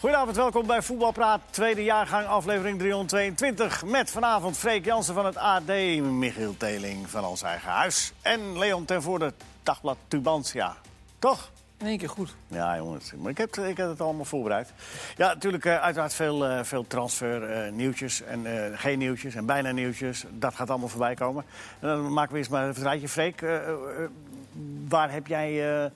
Goedenavond, welkom bij Voetbalpraat, tweede jaargang, aflevering 322. Met vanavond Freek Jansen van het AD, Michiel Teling van ons eigen huis... en Leon ten Voorde, Dagblad Tubantia. Toch? In één keer goed. Ja, jongens. Maar ik heb, ik heb het allemaal voorbereid. Ja, natuurlijk eh, uiteraard veel, eh, veel transfer, eh, nieuwtjes en eh, geen nieuwtjes en bijna nieuwtjes. Dat gaat allemaal voorbij komen. En dan maken we eerst maar even het rijtje. Freek, eh, eh, eh, waar heb jij eh, eh,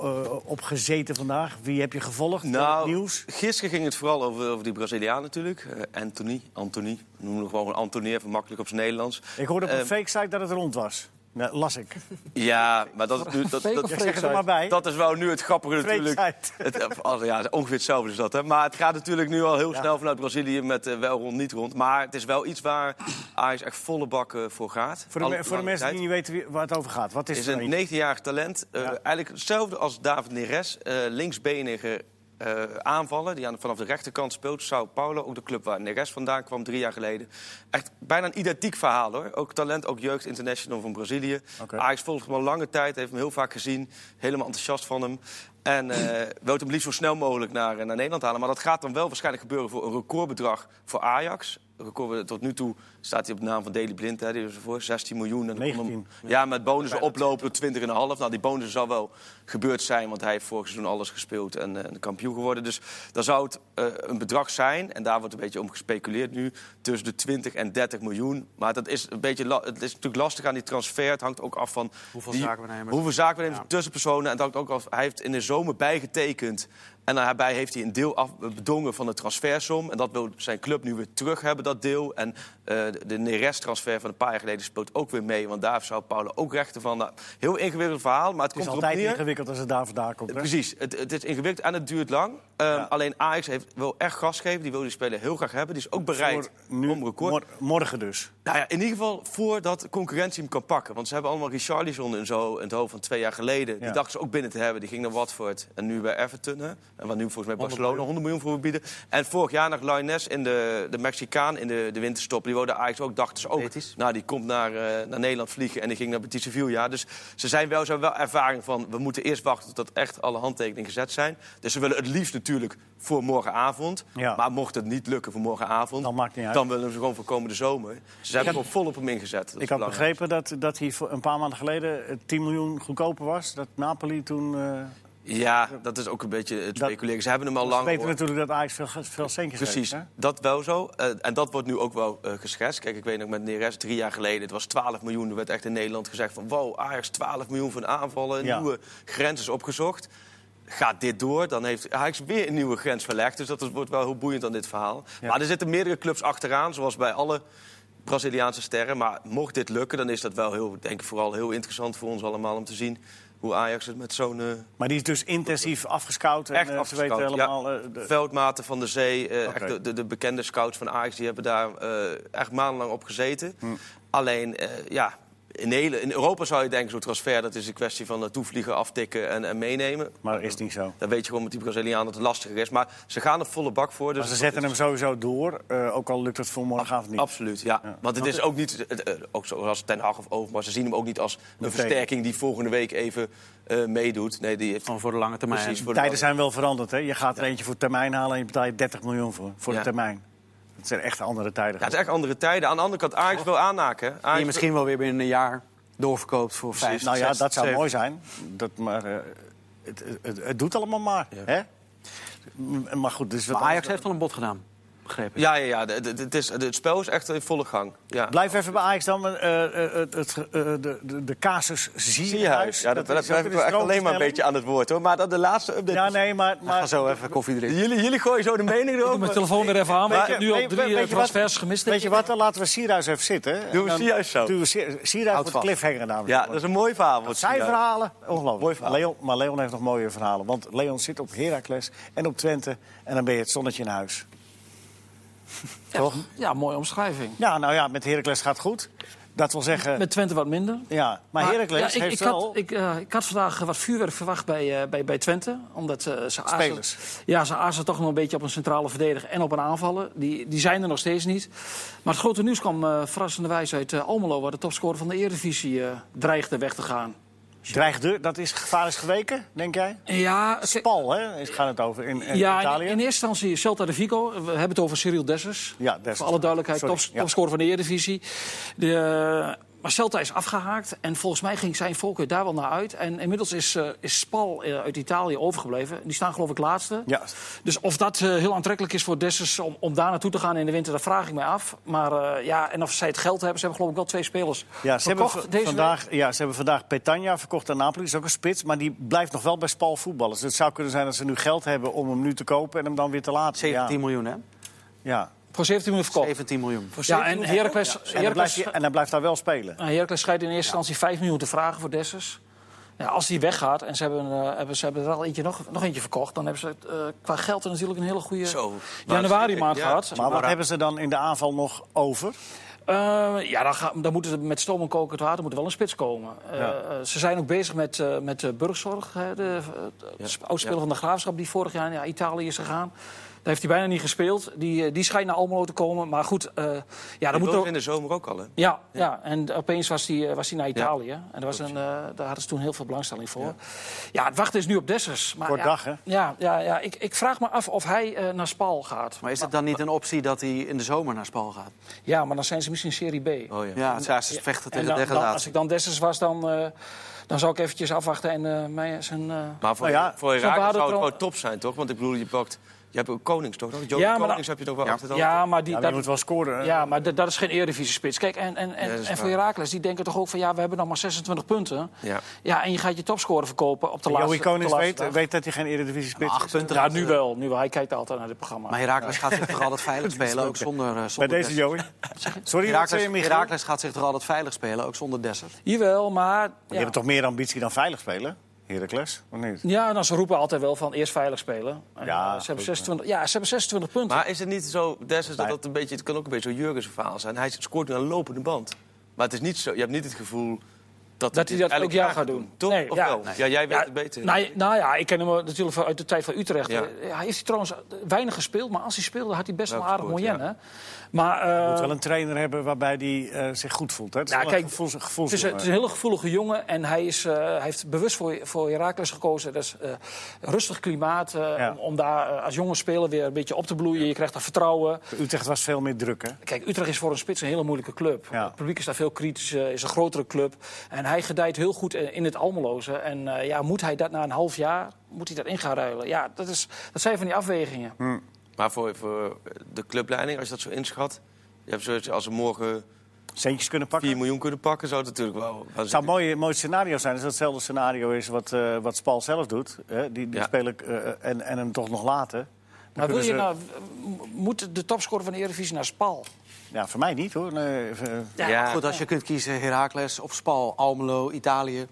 eh, op gezeten vandaag? Wie heb je gevolgd? Eh, nieuws? Nou, gisteren ging het vooral over, over die Braziliaan natuurlijk. Eh, Anthony, Anthony. Noem hem gewoon Anthony, even makkelijk op zijn Nederlands. Ik hoorde op Eh, een fake site dat het rond was. Nou, las ik. Ja, maar dat is nu... Dat, Fake dat, of Ik zeg het er site. maar bij. dat is wel nu het grappige natuurlijk. Freak site. Het, eh, als- ja, ongeveer hetzelfde is dat, hè. Maar het gaat natuurlijk nu al heel Ja. snel vanuit Brazilië met eh, wel rond, niet rond. Maar het is wel iets waar Ajax echt volle bak eh, voor gaat. Voor de, Al- me- voor de lange mensen tijd. die niet weten wie- waar het over gaat. Wat is, is het nou een iets? 19-jarig talent. Eh, Ja. Eigenlijk hetzelfde als David Neres. eh, linksbenige eh, aanvaller die aan, vanaf de rechterkant speelt. Sao Paulo, ook de club waar Neres vandaan kwam drie jaar geleden. Echt bijna een identiek verhaal hoor. Ook talent, ook jeugd international van Brazilië. Oké. Ajax volgt hem al lange tijd, heeft hem heel vaak gezien. Helemaal enthousiast van hem. En eh wil hem liefst zo snel mogelijk naar, eh, naar Nederland halen. Maar dat gaat dan wel waarschijnlijk gebeuren voor een recordbedrag voor Ajax. Een Record, eh, tot nu toe staat hij op de naam van Daley Blind. Hè, die is ervoor 16 miljoen. En dan kon hem- 19. ja, met bonussen oplopen tot 20,5. Nou, die bonussen zal wel gebeurd zijn, want hij heeft vorig seizoen alles gespeeld en eh, een kampioen geworden. Dus dan zou het eh, een bedrag zijn, en daar wordt een beetje om gespeculeerd nu, tussen de 20 en 30 miljoen. Maar dat is een beetje la- het is natuurlijk lastig aan die transfer. Het hangt ook af van Hoeveel die- zaakwaarnemers. Hoeveel zaakwaarnemers tussenpersonen. En het hangt ook af, hij heeft in de zomer bijgetekend. En daarbij heeft hij een deel af, bedongen van de transfersom. En dat wil zijn club nu weer terug hebben, dat deel. En eh, de Neres-transfer van een paar jaar geleden speelt ook weer mee. Want daar zou Paulo ook rechten van. Nou, heel ingewikkeld verhaal, maar het, Het is komt erop altijd neer. ingewikkeld als het daar vandaan komt. hè? Precies, het, het is ingewikkeld en het duurt lang. Ehm, Alleen Ajax heeft, wil echt gas geven. Die wil die speler heel graag hebben. Die is ook bereid Voor nu, om record... mor- morgen dus. Nou ja, in ieder geval voordat de concurrentie hem kan pakken. Want ze hebben allemaal Richarlison en zo in het hoofd van twee jaar geleden. Ja. Die dachten ze ook binnen te hebben. Die ging naar Watford en nu bij Everton. Hè? En wat nu volgens mij Barcelona 100 miljoen voor wil bieden. En vorig jaar nog Lioness in de, de Mexicaan in de, de winterstop. Die wilde Ajax ook, dachten ze ook. Betis. Nou, die komt naar, eh, naar Nederland vliegen en die ging naar Betis Sevilla. Dus ze zijn wel, ze hebben wel ervaring van... we moeten eerst wachten tot echt alle handtekeningen gezet zijn. Dus ze willen het liefst natuurlijk voor morgenavond. Ja. Maar mocht het niet lukken voor morgenavond... Dan maakt niet uit. dan willen we ze gewoon voor komende zomer. Ze hebben er vol op hem ingezet. Dat Ik is had belangrijk. begrepen dat, dat hij voor een paar maanden geleden eh, 10 miljoen goedkoper was. Dat Napoli toen. eh, Ja, dat is ook een beetje het speculeren. Ze hebben hem al ze lang. weten hoor. natuurlijk dat Ajax veel, veel centjes Precies, heeft. hè? dat wel zo. Eh, en dat wordt nu ook wel eh, geschetst. Kijk, ik weet nog met Neres drie jaar geleden, het was 12 miljoen. Er werd echt in Nederland gezegd van, wow, Ajax 12 miljoen van aanvallen. Ja. Nieuwe grens is opgezocht. Gaat dit door, dan heeft Ajax weer een nieuwe grens verlegd. Dus dat is- wordt wel heel boeiend aan dit verhaal. Maar er zitten meerdere clubs achteraan, zoals bij alle Braziliaanse sterren. Maar mocht dit lukken, dan is dat wel heel, denk ik, vooral heel interessant voor ons allemaal om te zien... hoe Ajax het met zo'n... eh, Maar die is dus intensief afgescout. En, Echt eh, afgescout, Ze weten ja. helemaal. eh, de- Veldmaten van de Zee, eh, Oké. echt de, de, de bekende scouts van Ajax, die hebben daar eh, echt maandenlang op gezeten. Hm. Alleen, eh, ja, in, de hele, in Europa zou je denken, zo'n transfer, dat is een kwestie van eh, toevliegen, aftikken en, en meenemen. maar is niet zo. Dan weet je gewoon met die Braziliaan dat het lastiger is. Maar ze gaan er volle bak voor. Dus Maar ze zetten hem sowieso door. eh, ook al lukt het voor morgenavond niet. Absoluut, ja. Want het is ook niet, het, eh, ook zoals Ten Hag of Overmars, ze zien hem ook niet als een versterking die volgende week even eh, meedoet. Nee, die heeft Oh. Gewoon Oh, voor de lange termijn. precies voor de Tijden zijn wel veranderd. Hè? Je gaat er eentje voor termijn halen en je betaalt je 30 miljoen voor. Voor Ja. de termijn. Het zijn echt andere tijden. Ja, het is echt andere tijden. Aan de andere kant, Oh. Ajax wil aanhaken. hè. Die je Ajax misschien wel weer binnen een jaar doorverkoopt voor vijf. nou ja, zes, dat zou zeven. mooi zijn. Dat, maar eh, het, het, het doet allemaal maar. Hè? M- Maar goed, dus wat Maar Ajax anders- heeft al een bod gedaan, begreep ik. Ja, ja, ja. de- de- de- het, is, het spel is echt in volle gang. Ja. Blijf even bij Ajax dan. eh, eh, het- het- eh, de, de, de casus ziekenhuis. Ziehuis. Ja, dat, dat, is ook blijf ik in wel de echt alleen maar een stroomversnelling. beetje aan het woord, hoor. Maar dat de laatste update... Ja, nee, maar... Ga maar zo even koffie drinken. jullie, jullie gooien zo de mening Doe erover. mijn telefoon weer even aan. Weet Maar ik je- heb nu al weet- weet drie je eh, wat- transfers gemist. weet je wat, dan laten we Sierhuis even zitten. Doen we Sierhuis zo. Doen we Sier- Sierhuis Houd voor het vast. cliffhanger namelijk. Ja, dat is een mooi verhaal. wat Zijn Sierhuis. verhalen, ongelooflijk. Mooi verhaal. Leon, maar Leon heeft nog mooie verhalen. Want Leon zit op Heracles en op Twente. En dan ben je het zonnetje in huis. Toch? Ja, mooie omschrijving. Ja, nou ja, met Heracles gaat goed. Dat wil zeggen... Met Twente wat minder. Ja, maar Heracles ja, ik, heeft ik wel... Had, ik, eh, ik had vandaag eh, wat vuurwerk verwacht bij, eh, bij, bij Twente. Omdat eh, ze azen- Spelers. Ja, ze azen toch nog een beetje op een centrale verdediger en op een aanvaller. Die, die zijn er nog steeds niet. Maar het grote nieuws kwam eh verrassenderwijs uit eh, Almelo... waar de topscorer van de Eredivisie eh, dreigde weg te gaan. Dreigde, dat is gevaar is geweken, denk jij? Ja, ze- Spal, hè? Is, gaat het over in, in ja, in, Italië? in eerste instantie Celta de Vigo. We hebben het over Cyril Dessers. Ja, Dessers. Voor alle duidelijkheid, Sorry, tops- ja. topscorer van de Eredivisie. De, eh, maar Celta is afgehaakt en volgens mij ging zijn voorkeur daar wel naar uit. En inmiddels is, eh, is Spal eh, uit Italië overgebleven. Die staan geloof ik laatste. Ja. Dus of dat eh, heel aantrekkelijk is voor Dessers om, om daar naartoe te gaan in de winter, dat vraag ik mij af. Maar eh, ja, en of zij het geld hebben, ze hebben geloof ik wel twee spelers Ja, ze hebben, verkocht v- deze week. vandaag, ja, ze hebben vandaag Petagna verkocht aan Napoli. is ook een spits, maar die blijft nog wel bij Spal voetballen. Dus het zou kunnen zijn dat ze nu geld hebben om hem nu te kopen en hem dan weer te laten. 17 miljoen, hè? Ja. ja. Voor 17 miljoen verkocht. 17 miljoen. Ja, en Heracles, En, dan blijft Heracles, hij, en dan blijft hij wel spelen. Nou, Heracles schijnt in eerste instantie 5 miljoen te vragen voor Dessers. Ja, als die weggaat en ze hebben, eh, hebben, ze hebben er al eentje, nog, nog eentje verkocht... dan hebben ze het, eh, qua geld er natuurlijk een hele goede Zo, januari maar- maand ja. gehad. Maar wat hebben ze dan in de aanval nog over? Eh, ja, dan, ga- dan moeten ze met stoom en koken het water moet er wel een spits komen. Eh, Ja. eh, ze zijn ook bezig met, eh, met de burgzorg. Hè, de eh, de sp- oudspeler van de Graafschap die vorig jaar naar Italië is gegaan. Daar heeft hij bijna niet gespeeld. Die, eh, die schijnt naar Almelo te komen. Maar goed, eh, ja, dan Dat moet moet er ook... in de zomer ook al, hè? Ja, ja. en opeens was hij was die naar Italië. En daar, was een, eh, daar hadden ze toen heel veel belangstelling voor. Ja, het wachten is nu op Dessers. Maar Kort ja, dag, hè? Ja, ja, ja ik, ik vraag me af of hij eh, naar Spal gaat. Maar is het dan niet een optie dat hij in de zomer naar Spal gaat? Ja, maar dan zijn ze misschien Serie B. Oh, ja. Ja, het is Ja, vechten en dan- tegen dan- als degradatie. ik dan Dessers was, dan, eh, dan zou ik eventjes afwachten en eh, mij zijn... eh, Maar voor, Nou ja, voor zo waren Irak het zou het al- gewoon top zijn, toch? Want ik bedoel, je pakt... Je hebt ook Konings, toch? Joop Ja, maar Konings dan- heb je toch wel altijd al. ja, maar Ja, die... maar dat- je moet wel scoren. hè? Ja, maar dat, dat is geen Eredivisie-spits. Kijk, en, en, en, Ja, dat is en voor waar. Herakles, die denken toch ook van... ja, we hebben nog maar 26 punten. Ja. Ja, en je gaat je topscorer verkopen op de laatste Joey Konings op de laatste weet, dag. weet dat hij geen Eredivisie spits Acht is. punten. Ja, eh, nu wel. Nu wel. Hij kijkt altijd naar dit programma. Maar Herakles gaat zich toch altijd veilig spelen, ook zonder, eh, Bij zonder deze Dessers? Joey. Sorry, wat zei Herakles, je, Michiel? Herakles gaat zich toch altijd veilig spelen, ook zonder Dessers? Jawel, maar... Je Ja. Nou. hebt toch meer ambitie dan veilig spelen, Heracles? Of niet? Ja, dan ze roepen altijd wel van eerst veilig spelen. En, Ja, eh, ze hebben goed, 26, ja, ze hebben 26 punten. Maar is het niet zo, Dessers, dat dat een beetje... Het kan ook een beetje zo'n Jurgense verhaal zijn. Hij scoort nu aan lopende band. Maar het is niet zo... Je hebt niet het gevoel dat, dat hij dit dat elk ook ja jaar gaat doen. Toch? Nee, of ja. wel? Nee. Ja, jij weet Ja, het beter. Nou, nou ja, ik ken hem eh, natuurlijk van- uit de tijd van Utrecht. eh, Ja. Ja. heeft hij trouwens weinig gespeeld, maar als hij speelde had hij best Wel wel aardig gescoord, moyen. hè. Maar eh, Je moet wel een trainer hebben waarbij hij zich goed voelt. Hè? Het is Ja, wel Nou, kijk, een gevoels, het, is, een- het is een hele gevoelige jongen en hij, is, eh, hij heeft bewust voor, voor Herakles gekozen. Dat is eh, rustig klimaat, eh, Ja. om, om daar eh, als jonge speler weer een beetje op te bloeien. Je krijgt daar vertrouwen. Utrecht was veel meer druk, hè? Kijk, Utrecht is voor een spits een hele moeilijke club. Ja. Het publiek is daar veel kritischer, is een grotere club. En hij gedijt heel goed eh, in het Almeloze. En eh, ja, moet hij dat na een half jaar moet hij dat in gaan ruilen? Ja, dat, is, dat zijn van die afwegingen. Maar voor, voor de clubleiding, als je dat zo inschat... Je hebt zoiets als ze morgen Centjes kunnen pakken. 4 miljoen kunnen pakken, zou het natuurlijk wel... Het zou een mooi, eh, mooi scenario zijn als het hetzelfde scenario is wat, eh, wat Spal zelf doet. Hè? Die, die Ja. spelen eh, en, en hem toch nog laten. Dan Maar wil kunnen je ze- nou, m- moet de topscorer van de Eredivisie naar Spal? Ja, voor mij niet, hoor. Nee, eh, Ja, Goed, als je kunt kiezen Herakles of Spal, Almelo, Italië.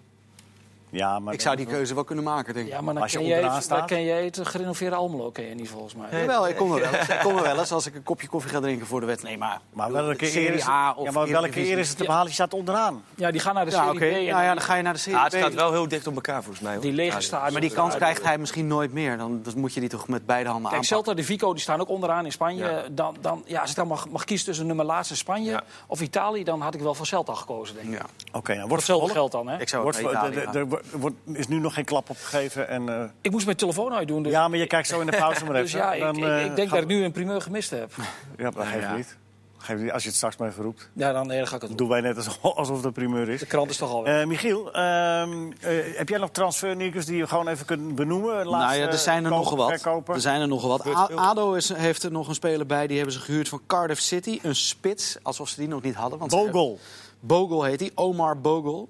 ja, maar Ik zou die keuze wel kunnen maken, denk ik. Ja, maar dan Als je ken, jij onderaan het, staat? dan ken jij het eh, gerenoveerde Almelo ken je niet volgens mij. Jawel, ik kom er wel eens. Ik kom er wel eens als ik een kopje koffie ga drinken voor de wet. Nee, maar, Maar welke eer Serie is het, A of ja, maar welke Eredivisie. eer is het te behalen? Die staat onderaan. Ja, die gaan naar de Ja, Serie oké. B en Nou ja, dan ga je naar de Serie Ja, B. het staat wel heel dicht op elkaar, volgens mij. hoor. die lege stadion. Ah, Maar die kans krijgt hij misschien nooit meer. Dan dan moet je die toch met beide handen Kijk, aanpakken. Celta de Vico die staan ook onderaan in Spanje. Dan, dan, ja, als ik dan mag, mag kiezen tussen nummer laatste Spanje Ja. of Italië, dan had ik wel voor Celta gekozen, denk ik. Ja. Oké, nou wordt Hetzelfde vervolgd. geld dan, hè? Ik Ik, zou Wordt, naar Italië er, gaan. er wordt- wordt- is nu nog geen klap opgegeven. En, eh, moest mijn telefoon uitdoen. Dus, ja, maar je kijkt zo in de pauze maar even. dus ja, ik, Dan, ik- eh, ik denk gaan dat ik nu een primeur gemist heb. we- Ja, maar geef niet. Geef niet. Als je het straks maar even roept, Ja, dan, nee, dan ga ik het doen. doen wij net alsof- alsof het een primeur is. De krant is toch al weg. Eh, Michiel, ehm, eh, heb jij nog transfernieuws die je gewoon even kunt benoemen? Nou ja, er zijn er nog nogal wat. Verkopen. Er zijn er nogal wat. A- ADO is, heeft er nog een speler bij. Die hebben ze gehuurd van Cardiff City. Een spits, alsof ze die nog niet hadden. Want ze hebben- Bogel. Bogle heet hij. Omar Bogle.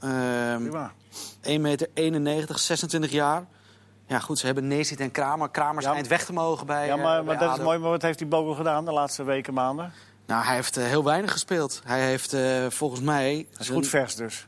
Ehm, Prima. 1 meter 91, 26 jaar. Ja, goed, ze hebben Neesit en Kramer. Kramer Ja, schijnt maar- weg te mogen bij Ja, eh, maar, bij maar dat is ADO. mooi. Maar wat heeft die Bogel gedaan de laatste weken, maanden? Nou, hij heeft eh, heel weinig gespeeld. Hij heeft eh, volgens mij... Dat is goed vers dus.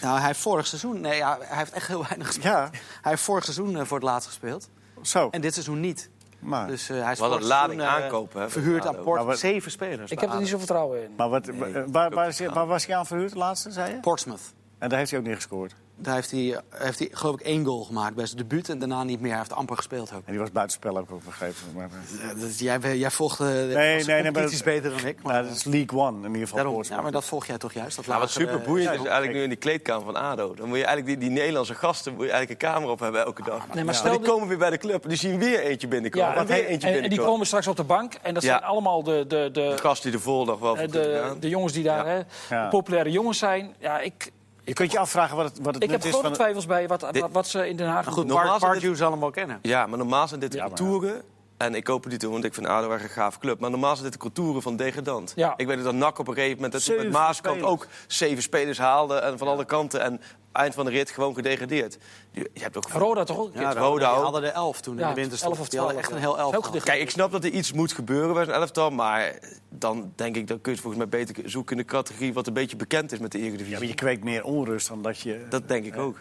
Nou, hij heeft vorig seizoen... Nee, ja, hij heeft echt heel weinig gespeeld. Ja, Hij heeft vorig seizoen eh, voor het laatst gespeeld. zo. En dit seizoen niet. Maar, Dus eh, hij is Wat een vorig seizoen, lading eh, aankopen, hè, Verhuurd van aan ADO. Port. Maar wat- Zeven Eh, spelers ik bij heb er niet zoveel ADO. vertrouwen in. maar wat, waar, waar, is hij- waar was hij aan verhuurd, de laatste, zei je? Portsmouth. En daar heeft hij ook niet gescoord. Daar heeft hij, eh, heeft hij geloof ik één goal gemaakt bij zijn debuut. En daarna niet meer. Hij heeft amper gespeeld ook. En die was buitenspel, heb ik ook begrepen. Maar, eh, Ja, dat- jij, jij volgt eh nee, nee, nee, maar competities dat- beter dan ik. Maar, nou, dat is League One in ieder geval. daarom, Portsmouth. ja, maar dat volg jij toch juist? Dat Nou, wat lagere- super boeiend is ja, eigenlijk nu in die kleedkamer van ADO. Dan moet je eigenlijk die, die Nederlandse gasten moet je eigenlijk een camera op hebben elke dag. Ah, maar maar stel die dat- komen weer bij de club. en Die zien weer eentje binnenkomen. Ja, en en, weer eentje en, en die binnenkomen. komen straks op de bank. En dat Ja. zijn allemaal de, de, De de, gast die de volgende dag wel Eh, de, voor kunnen gaan. de jongens die daar hè, Ja. populaire jongens zijn. Ja, ik, Je kunt je afvragen wat het, wat het ik heb nut is grote van... twijfels bij wat, Dit- wat, wat ze in Den Haag Maar goed, doen. Normaal Par- zou dit- Pardew zal hem wel kennen. Ja, maar normaal zijn dit de Ja, maar- contouren. En ik hoop het niet toe, want ik vind ADO echt een gaaf club. Maar normaal zijn dit de contouren van degradant. Ja. Ik weet dat NAC op een gegeven moment... dat hij met Zeven Maaskamp spelers. ook zeven spelers haalde. En van alle kanten. En eind van de rit gewoon gedegradeerd. Je, je hebt ook... Roda toch ook? Ja, Ja, Roda Die ook. hadden de elf toen in Ja, de winterstop. elf of Die hadden twaalf, echt een ja. heel elf. Is ook gehad. Kijk, ik snap dat er iets moet gebeuren bij zo'n elftal. Maar dan denk ik, dan kun je het volgens mij beter zoeken in de categorie... wat een beetje bekend is met de Ja, maar Eredivisie. je kweekt meer onrust dan dat je... Dat denk ik ook.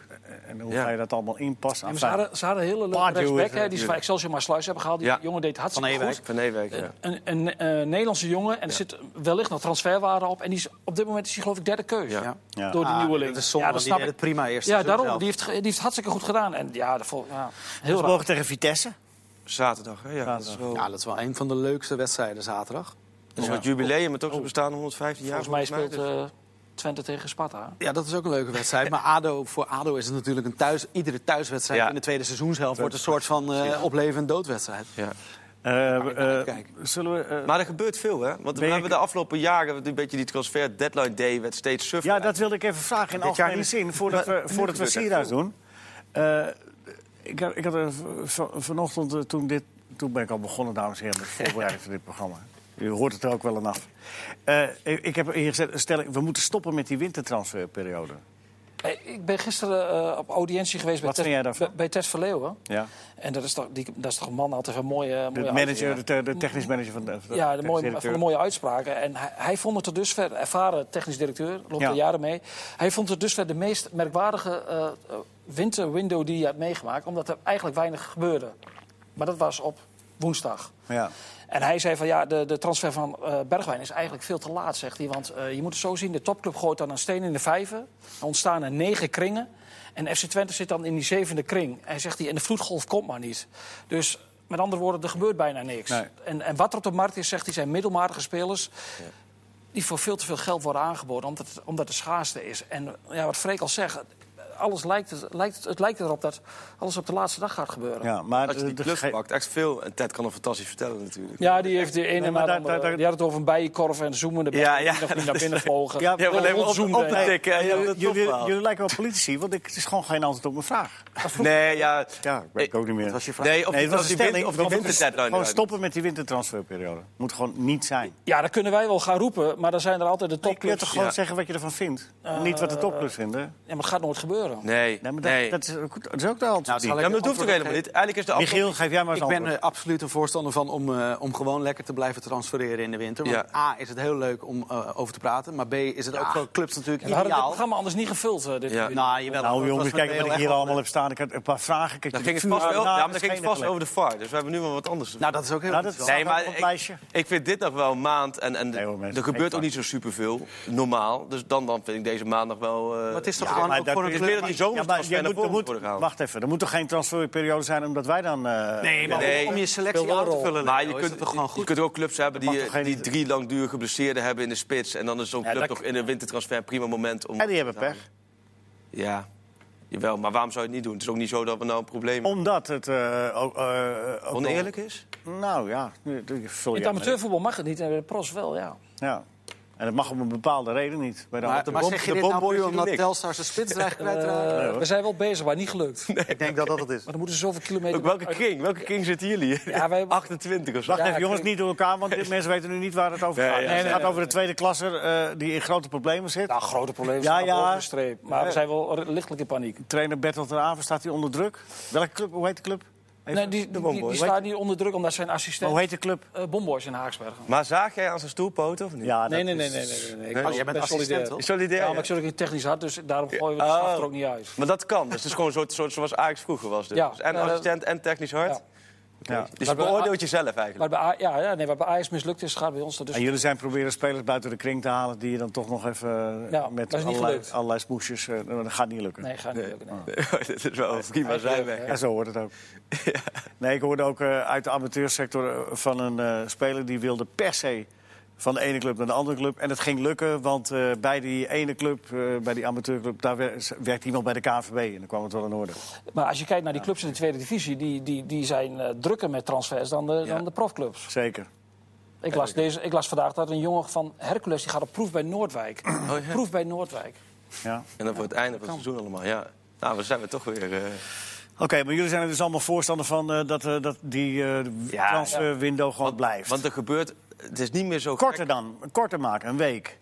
En hoe Ja. ga je dat allemaal inpassen? maar ze, Enfin, hadden, ze hadden een hele leuke Pardew is rechtsback. er hè, Die ze van Excelsior maar sluis hebben gehaald. Die Ja. jongen deed hartstikke Ewijk. goed. Van Ewijk, ja. Een, een eh, Nederlandse jongen. En er zit wellicht nog transferwaarde op. En die is, op dit moment is hij geloof ik derde keuze. Ja. Ja. Door die Ah, nieuweling. dat is zonde, ja, want die deed het prima eerst Ja, seizoen daarom. zelf. Die heeft, ge- die heeft het hartstikke goed gedaan. En ja, de vol- ja heel Ze raar. mogen tegen Vitesse. Zaterdag, hè? Ja, dat is Zaterdag. wel- Ja, dat is wel een van de leukste wedstrijden zaterdag. dat is wat jubileum, maar toch ze bestaan 115 jaar. Volgens mij volgens speelt eh, Twente tegen Sparta. Ja, dat is ook een leuke wedstrijd. Maar ADO, voor ADO is het natuurlijk een thuis... Iedere thuiswedstrijd Ja. in de tweede seizoenshelft wordt een soort van eh opleven- en doodwedstrijd. dus- Ja. Eh, eh, uitkijken. zullen we... eh, Maar er gebeurt veel, hè? Want we Ben je- hebben de afgelopen jaren een beetje die transfer deadline day werd steeds suffer. ja, dat wilde ik even vragen in Dit jaar algemene niet. zin. Voordat Maar we, nu voordat we gebeurt Sierra's echt veel. doen. Eh, ik, had- ik had er v- v- vanochtend, eh, toen, dit, toen ben ik al begonnen, dames en heren, met het voorbereiden van dit programma. U hoort het er ook wel aan af. Eh, ik, ik heb hier gezet, een stelling, we moeten stoppen met die wintertransferperiode. Hey, Ik ben gisteren eh, op audiëntie geweest bij Wat vind jij Ted, daarvan? bij, bij Ted Verleeuwen. Ja. En dat is toch, die, dat is toch een man altijd een mooie... De, mooie manager, de, te- de technisch manager van de, van de Oh Ja, de technisch mooie, directeur. van de mooie uitspraken. En hij, hij vond het er dusver, ervaren technisch directeur, loopt Ja. er jaren mee. Hij vond het dusver de meest merkwaardige eh, eh, winterwindow die hij had meegemaakt. Omdat er eigenlijk weinig gebeurde. Maar dat was op woensdag. Ja. En hij zei van ja, de, de transfer van eh, Bergwijn is eigenlijk veel te laat, zegt hij. Want eh, je moet het zo zien, de topclub gooit dan een steen in de vijven. Er ontstaan er negen kringen. En FC Twente zit dan in die zevende kring. Hij zegt hij, en de vloedgolf komt maar niet. Dus met andere woorden, er gebeurt bijna niks. Nee. En, en wat er op de markt is, zegt hij, zijn middelmatige spelers... die voor veel te veel geld worden aangeboden, omdat het, omdat het schaarste is. En ja, wat Freek al zegt, alles lijkt, het, lijkt, het- het lijkt erop dat alles op de laatste dag gaat gebeuren. Ja, maar Als je die eh, de- de club ge- pakt, echt veel. En Ted kan het fantastisch vertellen natuurlijk. Ja, die heeft de ene maar maar daar- andere- daar- daar- die had het over een bijenkorf en zoemende Ja, bijen ja, die nog niet dat naar is- binnen vlogen. Ja, Ja, maar alleen maar op, Rondzoomden. op te tikken. en je hebt het eh, jullie, opgehaald. jullie lijken wel politici, want ik, het is gewoon geen antwoord op mijn vraag. Nee, ja. Ja, ik ben ik ook niet meer. was je vraag? Nee, of nee, het was een die win- stelling. Of we die moeten winter deadline. Gewoon eruit. stoppen met die wintertransferperiode. Moet gewoon niet zijn. Ja, dat kunnen wij wel gaan roepen, maar dan zijn er altijd de Ik wil toch topclubs. gewoon Ja. zeggen wat je ervan vindt. Eh, niet wat de topclubs vinden. Ja, maar het gaat nooit gebeuren. Nee, Nee, maar dat, nee. dat, is, ook, dat is ook de hand. Nou, zal Ja, maar dat hoeft ook Antwoord helemaal niet. Eigenlijk is de afgelopen- Michiel, geef jij maar eens Ik ben antwoord. er absoluut een voorstander van om, eh, om gewoon lekker te blijven transfereren in de winter. Want Ja. A, is het heel leuk om eh, over te praten. Maar B, is het ook voor clubs natuurlijk We hadden dit ideaal. programma anders niet gevuld. eh, dit Ja. uur. Nou, jawel, dat nou was jongens, met kijk wat heel ik erg hier wel- allemaal heb staan. Ik had een paar vragen. Ik Dan heb ging het vuur Nou, vast, wel, na- ja, maar na- dan ging het schenen vast over de VAR. Dus we hebben nu wel wat anders. Nou, dat is ook heel Nou, goed dat wel. staat Nee, maar ook op het ik- lijstje. Ik vind dit nog wel een maand. En, en Nee hoor, mensen, er gebeurt geen ook niet zo superveel, normaal. Dus dan, dan vind ik deze maand nog wel... eh, Maar het is toch Ja, gewoon maar ook dat- voor een het is club... meer dan die Ja, maar zomertransfer je naar moet, er voren moet, worden gehaald. wacht even, er moet toch geen transferperiode zijn omdat wij dan... eh, Nee, maar Nee. om je selectie Speelt wel aan te een vullen. Maar Leo, je is dat kunt, toch gewoon goed. je kunt ook clubs hebben mag die, toch geen- die drie langdurig geblesseerden hebben in de spits. En dan is zo'n club dat- toch in de wintertransfer een prima moment om... En die hebben pech. Ja, jawel. Maar waarom zou je het niet doen? Het is ook niet zo dat we nou een probleem Omdat het... eh, ook, eh, ook oneerlijk is. wel- Nou ja, nu- nu- vul In je het aan. amateurvoetbal mag het niet en bij de pros wel, ja. Ja. En dat mag om een bepaalde reden niet. Bij de Maar, amateur- maar bom- zeg de je dit nou bomboys puur doen omdat niks. Telstar zijn spits dreigt kwijt te raken? Eh, we zijn wel bezig, maar niet gelukt. Maar Ik denk dat dat het is. dan moeten ze zoveel kilometer... Ook welke kring? Welke kring zitten jullie? Ja, wij- 28 of zo. Wacht Ja, even, jongens, kijk. niet door elkaar, want dit- mensen weten nu niet waar het over Nee, gaat. ja, het nee, gaat nee, over de tweede klasser eh, die in grote problemen zit. Nou, grote problemen Ja, staan ja. boven de streep. Maar Ja. we zijn wel r- lichtelijk in paniek. Trainer Bertel ter Aven staat hij onder druk. Welke club? Hoe heet de club? Even- Nee, die, die, Hoe die, heet- staat niet onder druk omdat zijn Maar assistent hoe heet de club? eh, Bomboys in Haaksbergen. Maar zaag jij aan zijn stoelpoten of niet? Ja, Nee, dat nee, is- nee, nee, nee, nee, nee. Ik Nee? ben- Oh, jij bent ben assistent, solidair. toch? Solidair. Ja, ja. maar ik zit ook niet technisch hard, dus daarom gooien we de Oh. straf er ook niet uit. Maar dat kan. Dus het is gewoon een soort, soort zoals Ajax vroeger was. Dit. Ja. Dus en Ja, dat- assistent en technisch hard. Ja. Ja. Dus je Maar bij- beoordeelt jezelf eigenlijk. Wat bij, A- ja, ja, nee, wat bij Ajax mislukt is, gaat bij ons er dus. En jullie zijn proberen spelers buiten de kring te halen... die je dan toch nog even eh, Ja, met dat is niet allerlei, gelukt. allerlei smoesjes... eh, dat gaat niet lukken. Nee, gaat niet lukken. nee. Dit is wel prima zijn weg. Ja, zo hoort het ook. Nee, ik hoorde ook eh, uit de amateursector eh, van een eh, speler die wilde per se van de ene club naar de andere club. En het ging lukken, want eh, bij die ene club, eh, bij die amateurclub, daar wer- werkt iemand bij de KNVB. En dan kwam het wel in orde. Maar als je kijkt naar die clubs in de tweede divisie, die, die, die zijn eh, drukker met transfers dan de, dan de profclubs. Zeker. Ik las, deze, ik las vandaag dat een jongen van Hercules die gaat op proef bij Noordwijk. Proef bij Noordwijk. Ja. En dan voor het einde van het seizoen allemaal, ja. Nou, we zijn we toch weer... eh, Oké, maar jullie zijn er dus allemaal voorstander van eh, dat, eh, dat die eh, Ja. transferwindow gewoon blijft. Want er gebeurt... Het is niet meer zo korter dan, korter maken, een week.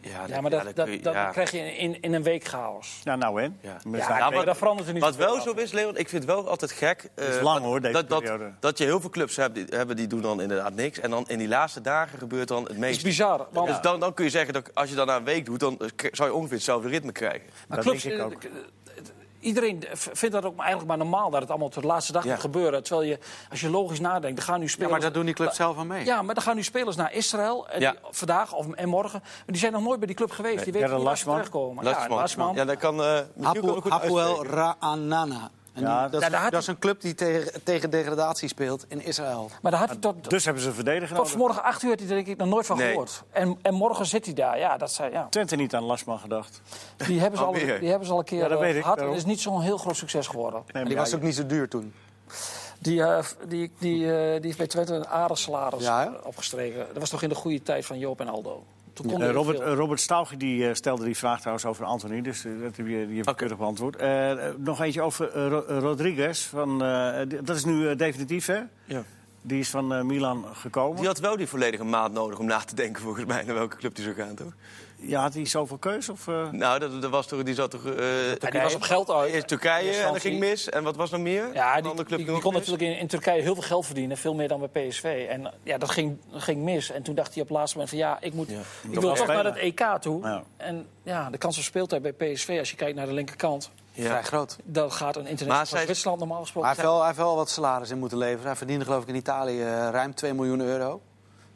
gek. Ja, Ja, maar dat, dat, kun je- dat ja. krijg je in, in, in een week chaos. Ja, nou en? Ja. We Ja, zijn- maar maar- daar verandert er niet Wat zoveel wel af. zo is, Leon, ik vind het wel altijd gek. Het is lang, hoor, deze dat, dat, periode. dat je heel veel clubs hebt, die- hebben die doen dan inderdaad niks. En dan in die laatste dagen gebeurt dan het Het is meest. bizar. Want Dus dan, dan kun je zeggen dat als je dan na een week doet, dan eh, k- zou je ongeveer hetzelfde ritme krijgen. maar dat clubs, denk ik ook. eh, het- Iedereen eh, v- vindt dat ook eigenlijk maar normaal dat het allemaal tot de laatste dag Ja. moet gebeuren. Terwijl je, als je logisch nadenkt, er gaan nu Ja, spelers. maar dat doen die clubs zelf aan mee. Ja, maar dan gaan nu spelers naar Israël. En Ja. die- vandaag of, en morgen. Maar die zijn nog nooit bij die club geweest. Die weten Gerrit niet waar ze Lasman. terechtkomen. Lasman. Ja, Lasman. Ja, dat kan eh misschien ook wel Hapu- goed Hapoel uitspreken. Ra'anana. En Ja, die- dat, is- daar had dat is een club die tegen, tegen degradatie speelt in Israël. Maar daar had hij tot, Dus hebben ze een verdediger tot nodig. vanmorgen 8 uur had hij er denk ik nog nooit van Nee. gehoord. En, en morgen zit hij daar. Ja, dat zijn, ja. Twente niet aan Lasman gedacht. Die, hebben ze al, Alweer. die hebben ze al een keer Oh, Ja, dat eh, weet ik, gehad. En daarom. is niet zo'n heel groot succes geworden. Nee, En die ja, was ook niet zo duur toen. Die, eh, f- die, die, eh, die heeft bij Twente een aardig salaris Ja, hè? eh, opgestreken. Dat was toch in de goede tijd van Joop en Aldo. Toen kon Eh, hij Robert, veel. eh, Robert Stauge die eh, stelde die vraag trouwens over Anthony, dus eh, dat heb je, die heb je keurig beantwoord. Eh, eh, nog eentje over eh, Ro- eh, Rodriguez. Van, eh, die- dat is nu eh, definitief, hè? Ja. Die is van eh, Milan gekomen. Die had wel die volledige maand nodig om na te denken volgens mij naar welke club die zou gaan, toch? Ja, had hij zoveel keus? Of, eh? Nou, dat, dat was toch, die zat toch... eh, En die was op geld uit. Eerst Turkije Eerst en dat ging Frankrijk. mis. En wat was nog meer? Een Ja, die, andere die, club die nog kon mis? natuurlijk in, in Turkije heel veel geld verdienen. Veel meer dan bij PSV. En eh, ja, dat ging, ging mis. En toen dacht hij op het laatste moment van... ja, ik, moet, ik wil wel toch naar spelen. dat EK toe. Ja. En ja, de kans op speeltijd bij PSV... als je kijkt naar de linkerkant... Ja. Vrij groot. dan gaat een Maar internationaal zij- als Zwitserland normaal Maar gesproken... hij heeft, wel, hij heeft wel wat salaris in moeten leveren. Hij verdiende geloof ik in Italië eh, ruim 2 miljoen euro.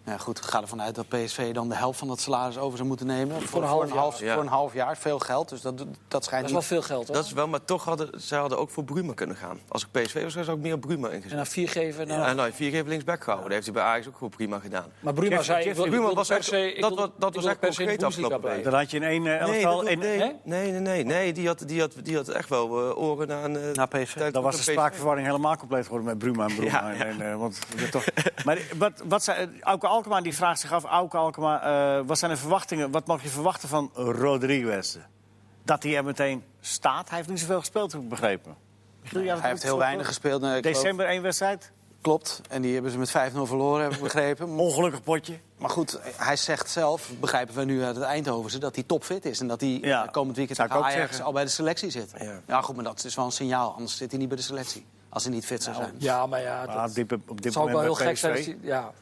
Nou ja, goed, ik ga ervan uit dat PSV dan de helft van dat salaris over zou moeten nemen. Voor, een half jaar. Ja. voor een half jaar. Veel geld, dus dat, dat dat schijnt is wel niet... veel geld, hoor. Dat is wel, maar toch hadden zij hadden ook voor Bruma kunnen gaan. Als ik PSV was, zou ik meer op Bruma ingezet. En dan vier geven... nou, Ja. En dan heeft vier keer linksback gehouden. Dat heeft hij bij Ajax ook gewoon prima gedaan. Maar Bruma Jeff- zei... Jeff- ik wil- ik Bruma wil was per echt- se- ik dat wil- was- dat ik wil was echt per se in de concreet Bundesliga afgelopen blijven. Dan had je in één eh, Nee, elftal... dat- in- nee, Nee? nee, nee, nee, nee. Die had, die had, die had, die had wel eh, oren naar een... eh, Naar PSV. tijd Dan was de van PSV. spraakverwarring helemaal compleet geworden met Bruma en Bruma. Ja, ja. En, eh, want, dat toch... Maar wat, wat zijn, Auke Alkema die vraagt zich af, Auke Alkema, eh, wat zijn de verwachtingen? Wat mag je verwachten van Rodriguez? Dat hij er meteen staat? Hij heeft niet zoveel gespeeld, heb ik begrepen. Hij heeft heel weinig gespeeld. Nou, ik geloof- December één wedstrijd. Klopt, en die hebben ze met 5-0 verloren, heb ik begrepen. Ongelukkig potje. Maar goed, hij zegt zelf, begrijpen we nu uit het Eindhovense... dat hij topfit is en dat hij Ja, eh, komend weekend zou ik tegen ook Ajax zeggen. al bij de selectie zit. Ja. Ja. goed, maar dat is wel een signaal. Anders zit hij niet bij de selectie, als hij niet fit Nou, zou zijn. Ja, maar ja... Maar op Dat dit, op dit zou ook wel heel moment bij gek PSV. zijn. als die- Ja.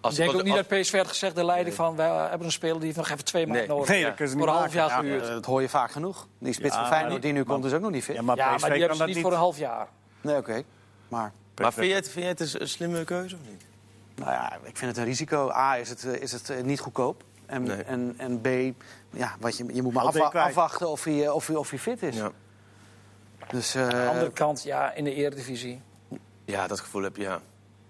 Als Ik denk als- ook niet als- dat PSV had gezegd, de leiding van... wij hebben een speler die heeft nog even twee maanden Nee. nodig. Nee, dat kunnen ze Voor een niet half jaar Ja, gehuurd. Eh, dat hoor je vaak genoeg. Die spits Ja, van maar Feyenoord die nu komt, is ook nog niet fit. Ja, maar Ja, PSV maar die kan hebben ze dat niet niet. voor een half jaar. Nee, oké. Maar Maar vind jij, het, vind jij het een s- een slimme keuze of niet? nou ja, ik vind het een risico. A, is het, eh, is het eh, niet goedkoop. En, Nee. en, en B, ja, wat je, je moet maar Wat ben je afwa- kwijt? afwachten of hij, eh, of, hij, of hij fit is. Ja. Dus, eh, Aan de andere kant, ja, in de eredivisie. ja, dat gevoel heb je, ja.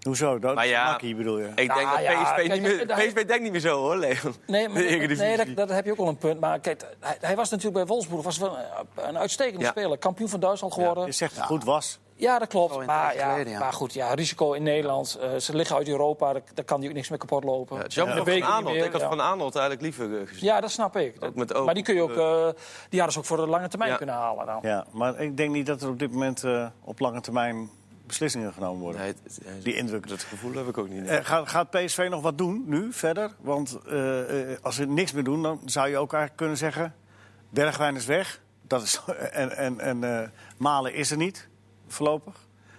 Hoezo? Dat Maar ja, Makkie bedoel je? Ik Ja, denk dat PSV, ja, kijk, niet meer, eh, PSV denkt niet meer zo, hoor, Leon. Nee, maar, De Eredivisie. nee dat, dat heb je ook wel een punt. Maar kijk, hij, hij was natuurlijk bij Wolfsburg was wel een, een uitstekende Ja. speler. Kampioen van Duitsland geworden. Je Ja, zegt het goed was. dat Oh, klopt. een Maar, tijdje ja, geleden, ja. maar goed, ja, risico in Nederland. Eh, ze liggen uit Europa, daar, daar kan die ook niks meer kapot lopen. Ja, Jean-Paul Dat weet van ik niet Aanholt. meer, Ik had ja. Van Aanholt eigenlijk liever eh, gezien. Ja, dat snap ik. Dat- Ook met oog. maar die, kun je ook, eh, die hadden ze ook voor de lange termijn Ja. kunnen halen. Dan. Ja, maar ik denk niet dat er op dit moment eh, op lange termijn beslissingen genomen worden. Nee, het- het- Die indruk. Dat gevoel heb ik ook niet. Eh, gaat, gaat PSV nog wat doen nu verder? Want eh, eh, als ze niks meer doen, dan zou je ook eigenlijk kunnen zeggen: Bergwijn is weg. Dat is, en en, en eh, Malen is er niet voorlopig.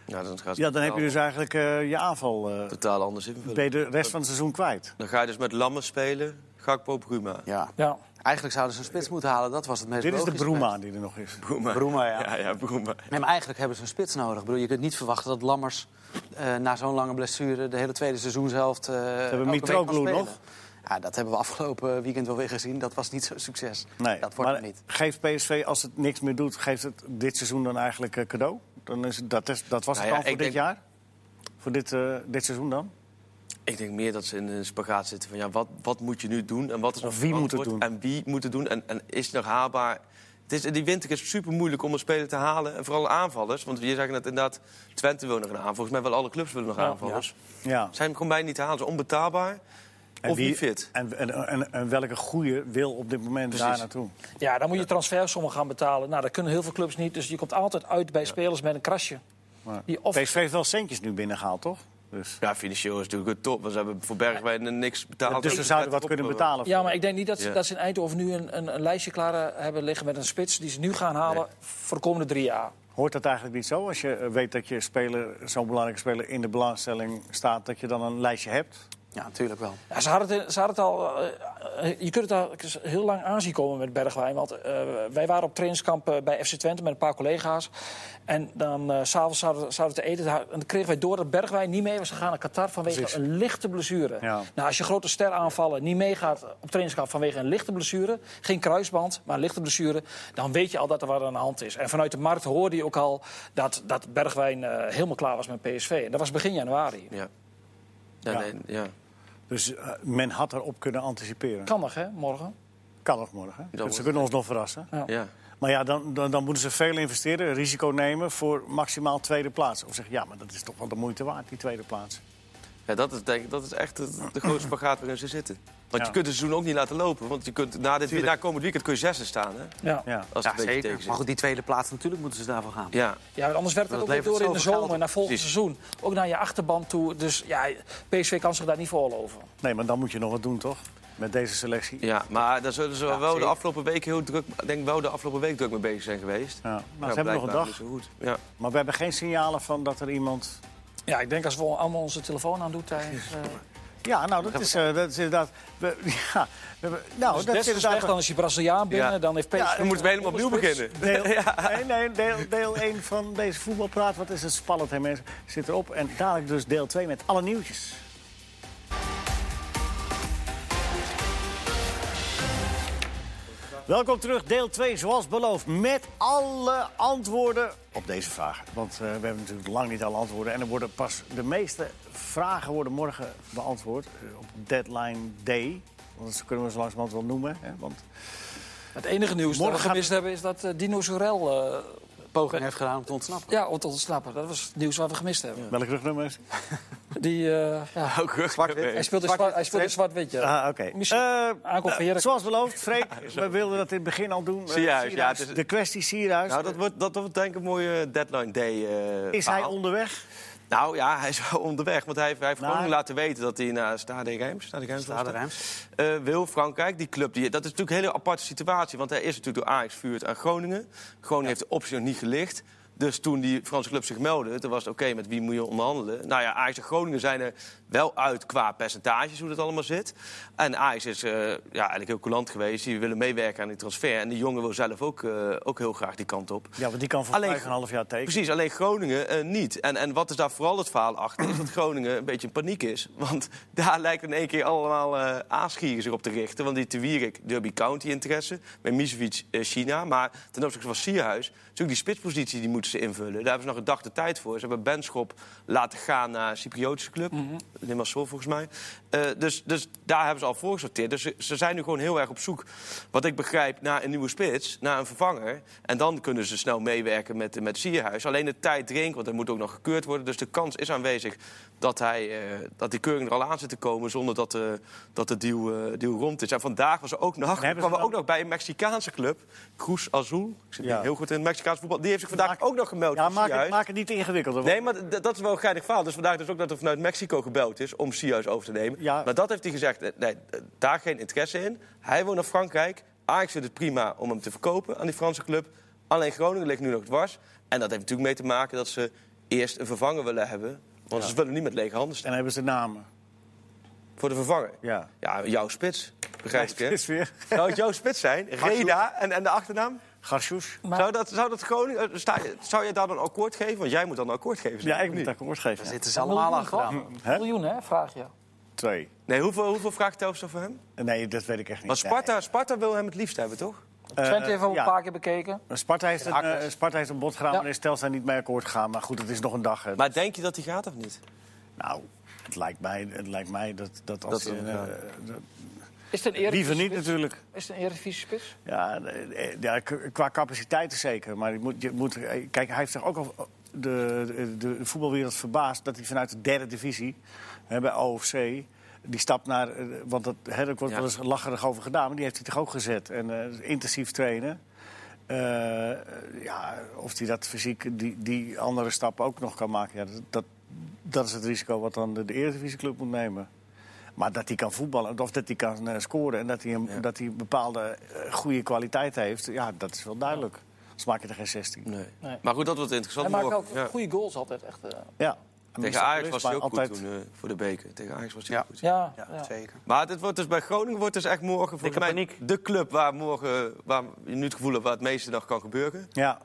Ja, dan, gaat Ja, dan heb je dus eigenlijk eh, je aanval eh, Totaal anders invullen. bij de rest van het seizoen kwijt. Dan ga je dus met Lammen spelen, Gakpo, Bruma. ja. Ja. Eigenlijk zouden ze een spits moeten halen. Dat was het meest Dit is de logische Broema die er nog is. Broema. Broema, ja. Ja, ja, Broema. Nee, maar eigenlijk hebben ze een spits nodig. Ik bedoel, je kunt niet verwachten dat Lammers eh, na zo'n lange blessure de hele tweede seizoenshelft. eh elke week kan Mitroglou spelen. nog. Ja, dat hebben we afgelopen weekend wel weer gezien. Dat was niet zo'n succes. Nee, dat wordt maar het niet. Geeft PSV, als het niks meer doet, geeft het dit seizoen dan eigenlijk eh, cadeau? Dan is het- dat, is, dat was Nou het ja, dan voor dit ik denk- jaar? Voor dit, eh, dit seizoen dan? Ik denk meer dat ze in een spagaat zitten van ja, wat, wat moet je nu doen en wat is Of nog wie moet het verantwoord en wie moet het doen en, en is het nog haalbaar. Het is, die winter is super moeilijk om een speler te halen en vooral aanvallers, want je zegt net inderdaad Twente wil nog een aanvaller. Volgens mij wel alle clubs willen nog aanvallers. Ja. Zijn gewoon bijna niet te halen, ze zijn onbetaalbaar of wie- niet fit. En, en, en, en welke goeie wil op dit moment daar naartoe? Ja, dan moet je transfersommen gaan betalen. Nou, dat kunnen heel veel clubs niet. Dus je komt altijd uit bij spelers met een krasje. Maar Die of- PSV heeft wel centjes nu binnengehaald, toch? Dus, Ja, financieel is het natuurlijk top, want ze hebben voor Bergwijn niks betaald. dus ze zouden wat kunnen betalen. Ja, maar ik denk niet dat ze, Ja. dat ze in Eindhoven nu een, een, een lijstje klaar eh, hebben liggen met een spits die ze nu gaan halen voor de komende drie jaar. Hoort dat eigenlijk niet zo? Als je eh, weet dat je speler, zo'n belangrijke speler in de belangstelling staat... dat je dan een lijstje hebt? Ja, natuurlijk wel. Ja, ze, hadden het, ze hadden het al. eh, eh, je kunt het al heel lang aanzien komen met Bergwijn. Want eh, wij waren op trainingskamp eh, bij FC Twente met een paar collega's. En dan eh, s s'avonds zouden zouden we te eten. En dan kregen wij door dat Bergwijn niet mee was gegaan naar Qatar vanwege Precies. een lichte blessure. Ja. Nou, als je grote ster aanvallen niet meegaat op trainingskamp vanwege een lichte blessure, geen kruisband, maar een lichte blessure, dan weet je al dat er wat aan de hand is. En vanuit de markt hoorde je ook al dat, dat Bergwijn eh, helemaal klaar was met PSV. En dat was begin januari. Ja. Ja, Ja. Nee, ja. Dus eh, men had erop kunnen anticiperen. Kan, Kan nog, hè, morgen? nog morgen. hè? wordt Ze kunnen ons nog verrassen. ja. Maar ja, dan, dan, dan moeten ze veel investeren, risico nemen voor maximaal tweede plaats. Of zeggen, ja, maar dat is toch wel de moeite waard, die tweede plaats. Ja, dat is, denk, ik- dat is echt de, de grootste spagaat waarin ze zitten. Want Ja. je kunt het seizoen ook niet laten lopen. Want je kunt, na, dit, na komend weekend kun je zesde staan, hè? Ja. Ja. Als het een beetje tegen zit. Maar goed, die tweede plaats natuurlijk moeten ze daarvoor gaan. Ja, Ja, want anders werkt het Dat ook weer levert door in de zoveel geld zomer, op. naar volgend Precies. seizoen. Ook naar je achterban toe. Dus ja, PSV kan zich daar niet veroorloven. Nee, maar dan moet je nog wat doen, toch? Met deze selectie. ja, maar daar zullen ze wel de zeker. afgelopen weken heel druk, ik denk wel de afgelopen week druk mee bezig zijn geweest. Ja, nou, Ja, ze hebben nog een blijkbaar dag. niet zo goed. Ja. Maar we hebben geen signalen van dat er iemand... Ja, ik denk als we allemaal onze telefoon aan doen tijdens... eh, Ja, nou, dat is, eh, dat is inderdaad... We, ja, we hebben, nou, als dat is Dest is inderdaad... weg, dan is hij Braziliaan binnen. Ja. Dan heeft PSV... dan moeten we helemaal opnieuw beginnen. Deel, nee, nee, deel, deel 1 van deze voetbalpraat. Wat is het spannend, hè mensen? Zit erop. En dadelijk dus deel 2 met alle nieuwtjes. Welkom terug, deel 2, zoals beloofd, met alle antwoorden op deze vragen. Want eh, we hebben natuurlijk lang niet alle antwoorden. En er worden pas de meeste vragen worden morgen beantwoord eh, op deadline day. Want dat kunnen we zo langzamerhand wel noemen. Hè? Want Het enige nieuws Morgen dat we gaat- gemist hebben is dat eh, Dino Sorel eh Poging heeft gedaan om te ontsnappen. ja, om te ontsnappen. Dat was het nieuws wat we gemist hebben. welk rugnummer is het? Die, eh, ja, Ook Zwart-wit. hij speelt in zwart- hij speelt in zwart-witje. Ah, oké. Misschien Eh, aankoop van Heerlijk. Zoals beloofd, Freek, we wilden dat in het begin al doen. Eh, Sierhuis, ja, het is- De kwestie Sierhuis. Nou, dat wordt, dat wordt denk ik een mooie deadline day eh, eh, is hij verhaal. onderweg? Nou ja, hij is wel onderweg. Want hij heeft, hij heeft Nou, gewoon hij- laten weten dat hij naar Stade Reims... Stade Reims was het? Stade Reims. eh, wil Frankrijk, die club, die, dat is natuurlijk een hele aparte situatie. Want hij is natuurlijk door Ajax vuurd aan Groningen. Groningen heeft de optie nog niet gelicht. Dus toen die Franse club zich meldde, toen was het oké, met wie moet je onderhandelen? Nou ja, Ajax en Groningen zijn er wel uit qua percentages, hoe dat allemaal zit. En Ajax is eh, ja, eigenlijk heel coulant geweest. Die willen meewerken aan die transfer. En die jongen wil zelf ook, eh, ook heel graag die kant op. Ja, want die kan voor Alleen- vijf en een half jaar tekenen. Precies, alleen Groningen eh, niet. En, en wat is daar vooral het verhaal achter? Is dat Groningen een beetje in paniek is. Want daar lijkt in één keer allemaal eh aasgieren zich op te richten. Want die te Wierik, Derby County interesse. Met Misevic eh, China. Maar ten opzichte van Sierhuis, is natuurlijk die spitspositie die moeten ze invullen. Daar hebben ze nog een dag de tijd voor. Ze hebben Benschop laten gaan naar een Cypriotische club. Limassol volgens mij. Eh, dus, dus daar hebben ze al voor gesorteerd. Dus ze, ze zijn nu gewoon heel erg op zoek, wat ik begrijp, naar een nieuwe spits, naar een vervanger. En dan kunnen ze snel meewerken met, met Sierhuis. Alleen de tijd drinkt, want er moet ook nog gekeurd worden. Dus de kans is aanwezig dat, hij, eh, dat die keuring er al aan zit te komen zonder dat, eh, dat de deal, eh, deal rond is. En vandaag was er ook nog, hebben ze kwamen we dan- ook nog bij een Mexicaanse club, Cruz Azul. Ik zit Ja. niet heel goed in het Mexicaans voetbal. Die heeft zich vandaag ook nog gemeld. Ja, voor maak het, Sierhuis. maak het niet ingewikkelder. Nee, maar d- dat is wel een geinig verhaal. Dus vandaag dus ook dat er vanuit Mexico gebeld is om Sierhuis over te nemen. Ja. Maar dat heeft hij gezegd, eh, nee, eh, daar geen interesse in. Hij woont naar Frankrijk. Ajax vindt het prima om hem te verkopen aan die Franse club. Alleen Groningen ligt nu nog dwars. En dat heeft natuurlijk mee te maken dat ze eerst een vervanger willen hebben. Want ze willen niet met lege handen staan. En hebben ze namen. Voor de vervanger. Ja. Ja, jouw spits. begrijp ik, hè? is weer. Zou het jouw spits zijn? Reda en, en de achternaam? Garsjoes. Maar- zou dat, zou dat Groningen- eh, sta je- zou jij daar dan akkoord geven? Want jij moet dan akkoord geven. zeg Ja, ik of moet niet? dat akkoord geven. Daar ja. zitten ze allemaal achteraan. miljoen, Hè? miljoen, hè, vraag je. Twee. Nee, hoeveel, hoeveel vraagt Telstra voor hem? Nee, dat weet ik echt niet. Want Sparta, Sparta wil hem het liefst hebben, toch? Eh, Twente heeft al een ja. paar keer bekeken. Nee, Sparta, heeft een, Akkers. eh, Sparta heeft een bod gedaan, Ja. maar is Telstra niet mee akkoord gegaan. Maar goed, het is nog een dag. hè. Maar denk je dat hij gaat of niet? Nou, het lijkt mij, het lijkt mij dat, dat als... Dat- je, ja. eh, dat- Is het een liever Eredivisie niet spits? natuurlijk. Is het een Eredivisie spits? Ja, eh, ja, k- qua capaciteiten zeker. Maar je moet, je moet, eh, kijk, hij heeft zich ook al de, de, de voetbalwereld verbaasd dat hij vanuit de derde divisie hè, bij OFC. Die stap naar, eh, want dat, hè, daar wordt Ja. wel eens lacherig over gedaan, maar die heeft hij toch ook gezet. En eh, intensief trainen. Eh, ja, of hij dat fysiek, die, die andere stap ook nog kan maken. Ja, dat, dat, dat is het risico wat dan de, de Eredivisieclub moet nemen. Maar dat hij kan voetballen, of dat hij kan eh, scoren... en dat hij, een, dat hij bepaalde eh, goede kwaliteit heeft, ja, dat is wel duidelijk. Anders maak je er geen 16. Nee. Nee. Maar goed, dat wordt interessant. Hij maakt ook morgen. Ja. goede goals altijd. Echt, eh. Ja. Tegen Ajax was hij Maar ook altijd- goed toen, eh, voor de beker. Tegen Ajax was hij Ja. ook goed. ja, ja. Ja, zeker. Maar dit wordt dus bij Groningen wordt dus echt morgen volgens mij Dikke paniek. de club waar morgen waar je nu het gevoel hebt waar het meeste nog kan gebeuren. Ja.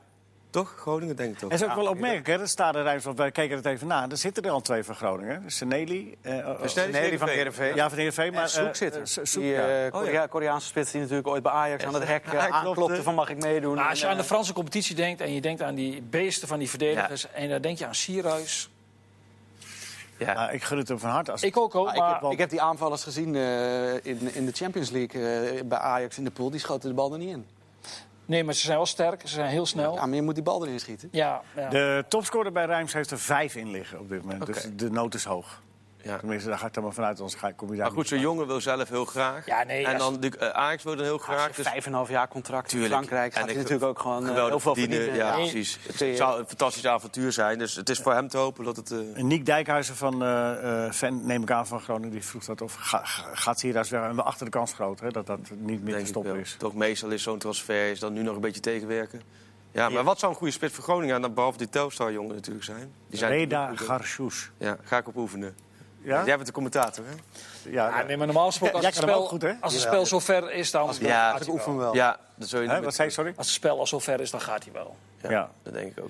Toch? Groningen denk ik toch? En is ook wel opmerkelijk, hè? Dat staat er ruim, want wij keken het even na. Er zitten er al twee van Groningen. Seneli. eh, Snelly is Nelly van VVV. Heerenveen. ja, van Heerenveen. Maar, Maar, Soek eh, zit er. eh, Soek, die ja. eh, Korea- Koreaanse spits die natuurlijk ooit bij Ajax aan het hek eh, aanklopte van mag ik meedoen. Maar Nou, als je En, aan de eh, Franse competitie denkt en je denkt aan die beesten van die verdedigers... en dan denk je aan Sierhuis. Ja. Nou, ik gun het hem van harte. Als... Ik ook, ook ah, ik, maar heb, ik heb die aanvallers gezien eh, in, in de Champions League eh, bij Ajax in de pool. Die schoten de bal er niet in. Nee, maar ze zijn wel sterk, ze zijn heel snel. Ja, Ja, maar je moet die bal erin schieten. ja, De topscorer bij Rijms heeft er vijf in liggen op dit moment. Dus Oké. de nood is hoog. Ja. Tenminste, daar ga ik dan maar vanuit, anders ga ik- kom je daar Maar goed, zo'n jongen wil zelf heel graag. Ja, nee, en ja, dan de, eh, Ajax wil dan heel graag. Dus Vijf en een half jaar contract in Tuurlijk. Frankrijk. En Gaat hij ik- natuurlijk ook gewoon eh, geweldig heel veel verdienen. verdienen. eh, Ja, Ja. precies. Het Zeker. zou een fantastisch avontuur zijn. Dus het is voor hem te hopen dat het. eh, En Niek Dijkhuizen van eh, eh, Fan, neem ik aan van Groningen, die vroeg dat of ga- ga- gaat Sierhuis weg en we achter de kans groot, hè, dat dat niet meer denk te ik stoppen wel. is. Toch meestal is zo'n transfer is dan nu nog een beetje tegenwerken. Ja, maar wat zou een goede spits voor Groningen aan, dan behalve die Telstar jongen natuurlijk zijn? Die zijn Reda Garshoes. Ja, ga ik op oefenen. Ja? Jij bent de commentator, hè? Ah, Ja, nee, maar normaal gesproken, als Jij het kan hem spel, ook goed, hè? als het spel zo ver is, dan, als Ja, Ik oefen wel. ja dat zul je Hè, niet wat met- zei je, sorry? het spel al zo ver is, dan gaat hij wel. Ja, Ja. dat denk ik ook.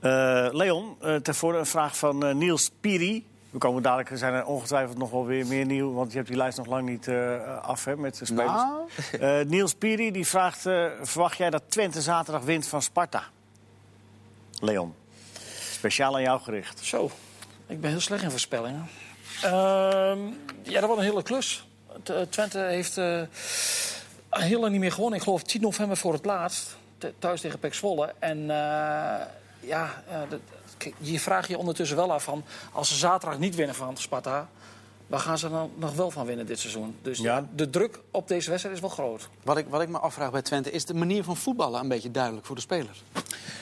Ah. Eh, Leon, eh ten voorde een vraag van eh, Niels Piri. We komen dadelijk, er zijn er ongetwijfeld nog wel weer meer nieuw, want je hebt die lijst nog lang niet eh, af hè, met de spelers. Nou. Eh, Niels Piri die vraagt: eh, verwacht jij dat Twente zaterdag wint van Sparta? Leon, speciaal aan jou gericht. Zo, ik ben heel slecht in voorspellingen. Ehm, ja, dat was een hele klus. T- eh, Twente heeft eh, heel lang niet meer gewonnen. Ik geloof 10 november voor het laatst. T- Thuis tegen Pek Zwolle. En eh, ja, eh, dat- kijk, je vraagt je ondertussen wel af van... als ze zaterdag niet winnen van Sparta... waar gaan ze dan nog wel van winnen dit seizoen? Dus Ja. de, de druk op deze wedstrijd is wel groot. Wat, ik, wat ik me afvraag bij Twente is de manier van voetballen een beetje duidelijk voor de spelers.